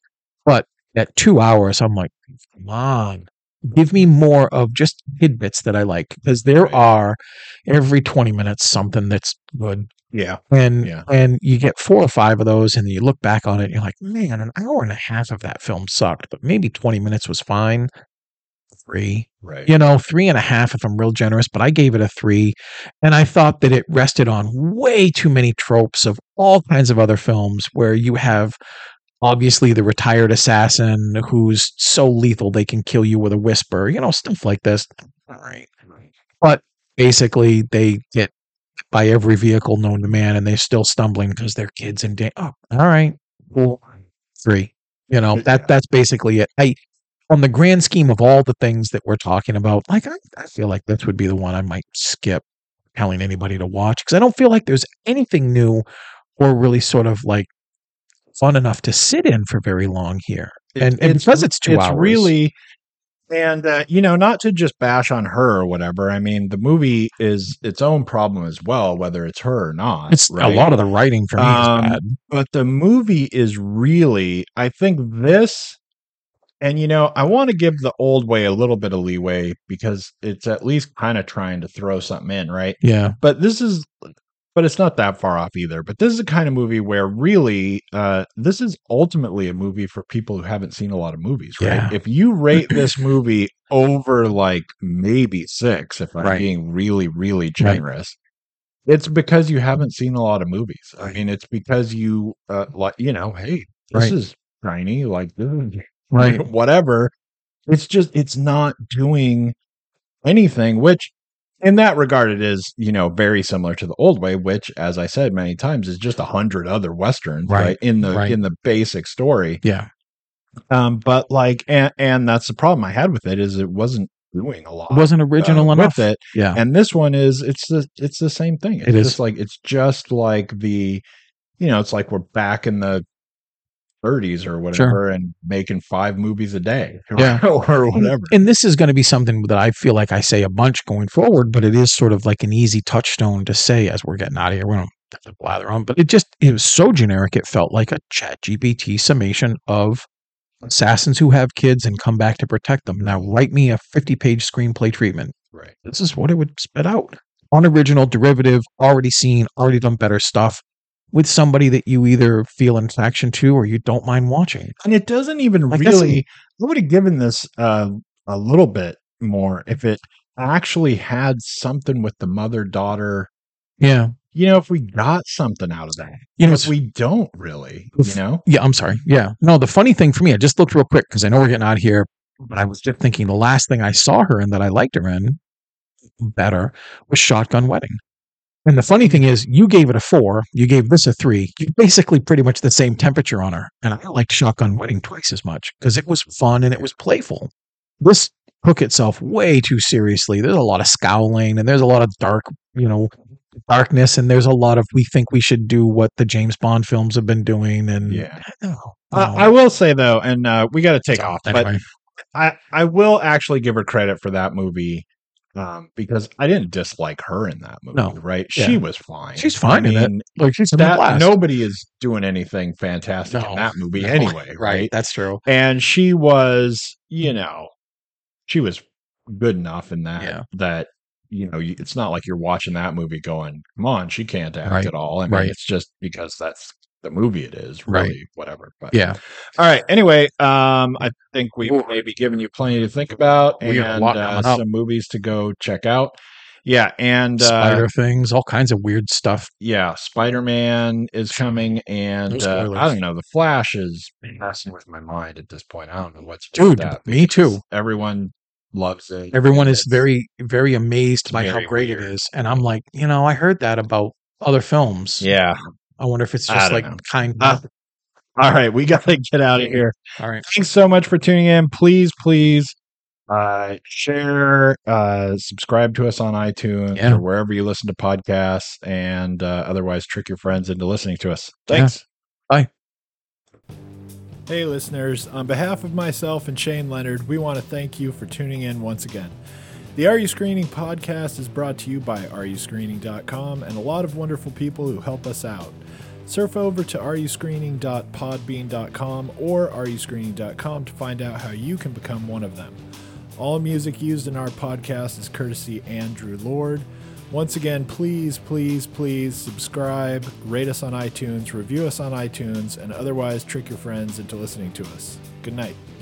but at two hours, I'm like, come on, give me more of just tidbits that I like because there
Right.
are every 20 minutes something that's good
Yeah.
and
Yeah.
and you get four or five of those and you look back on it and you're like man an hour and a half of that film sucked but maybe 20 minutes was fine three
Right.
you know three and a half if i'm real generous but i gave it a three and i thought that it rested on way too many tropes of all kinds of other films where you have obviously the retired assassin who's so lethal they can kill you with a whisper you know stuff like this all right but basically they get by every vehicle known to man and they're still stumbling because their kids in danger oh all right cool three you know
Yeah.
that that's basically it i on the grand scheme of all the things that we're talking about like i, I feel like this would be the one i might skip telling anybody to watch because i don't feel like there's anything new or really sort of like fun enough to sit in for very long here and, and because it's two
it's
hours
really and uh, you know not to just bash on her or whatever i mean the movie is its own problem as well whether it's her or not
it's a lot of the writing for me
Um,
is bad
but the movie is really i think this and you know i want to give the old way a little bit of leeway because it's at least kind of trying to throw something in right
yeah
but this is but it's not that far off either but this is the kind of movie where really uh this is ultimately a movie for people who haven't seen a lot of movies right
Yeah.
if you rate this movie over like maybe six if i'm
Right.
being really really generous it's because you haven't seen a lot of movies i mean it's because you uh like you know hey this
Right.
is shiny like this is
right
whatever. It's just it's not doing anything, which in that regard it is, you know, very similar to the old way, which as I said many times is just a hundred other westerns,
Right,
right? In the
right.
in the basic story.
yeah
Um, but like and, and that's the problem I had with it is it wasn't doing a lot
it wasn't
uh,
original enough
with it.
yeah
And this one is it's the it's the same thing. It's
It is.
just like it's just like the you know, it's like we're back in the 30s or whatever and making five movies a day or,
Yeah.
or
And-
whatever.
And this is going to be something that I feel like I say a bunch going forward, but it is sort of like an easy touchstone to say as we're getting out of here. We don't have to blather on, but it just it was so generic. It felt like a chat GPT summation of assassins who have kids and come back to protect them. Now write me a 50 page screenplay treatment.
Right.
This is what it would spit out. Unoriginal derivative, already seen, already done better stuff with somebody that you either feel an attraction to or you don't mind watching.
And it doesn't even
Like, that's-
really, I would have given this uh, a little bit more if it actually had something with the mother daughter.
Yeah.
You know, if we got something out of that,
You know,
but
it's-
we don't really, you
Oof.
know?
Yeah, I'm sorry. Yeah. No, the funny thing for me, I just looked real quick because I know we're getting out of here, but I was just thinking the last thing I saw her in that I liked her in better was Shotgun Wedding. And the funny thing is, you gave it a four, you gave this a three. You basically pretty much the same temperature on her. And I liked Shotgun Wedding twice as much because it was fun and it was playful. This took itself way too seriously. There's a lot of scowling and there's a lot of dark, you know, darkness and there's a lot of we think we should do what the James Bond films have been doing and
Yeah.
no,
I, I will say though, and uh, we got to take off, but
oh, anyway.
I, I will actually give her credit for that movie um, because I didn't dislike her in that movie.
No.
right?
Yeah.
She was fine.
She's fine in it. like she's having a
That
blast.
nobody is doing anything fantastic
No.
in that movie
No.
anyway, right?
That's true.
And she was,
Mm.
you know, she was good enough in that
Yeah.
that you know you- it's not like you're watching that movie going, "Come on, she can't act
Right.
at all." I mean,
Right.
it's just because that's the movie it is,
Right.
really, whatever. But
Yeah.
all right. Anyway, um, I think we've maybe given you plenty to think about
We got a
and
lot
uh,
coming up.
some movies to go check out. Yeah, and uh,
Spider things, all kinds of weird stuff.
yeah, Spider Man is coming, and
No
uh, I
spoilers.
don't know. The Flash is passing with my mind at this point. I don't know what's
Dude, me too.
Everyone loves it.
Everyone
and
is
it's-
very, very amazed by
very
how great it
weird.
is. And I'm like, you know, I heard that about other films.
yeah.
I wonder if it's
I
just
don't
like
know.
kind
Uh,
of
All right, we gotta get out of here.
all right.
Thanks so much for tuning in. Please, please. Uh, share, uh, subscribe to us on iTunes
Yeah.
or wherever you listen to podcasts, and uh, otherwise trick your friends into listening to us.
Yeah.
Thanks.
Hey, listeners, on behalf of myself and Shane Leonard, we want to thank you for tuning in once again.
The Are You Screening podcast is brought to you by areyouscreening.com and a lot of wonderful people who help us out. Surf over to areyouscreening.podbean.com or areyouscreening.com to find out how you can become one of them. All music used in our podcast is courtesy Andrew Lord. Once again, please, please, please subscribe, rate us on iTunes, review us on iTunes, and otherwise trick your friends into listening to us. Good night.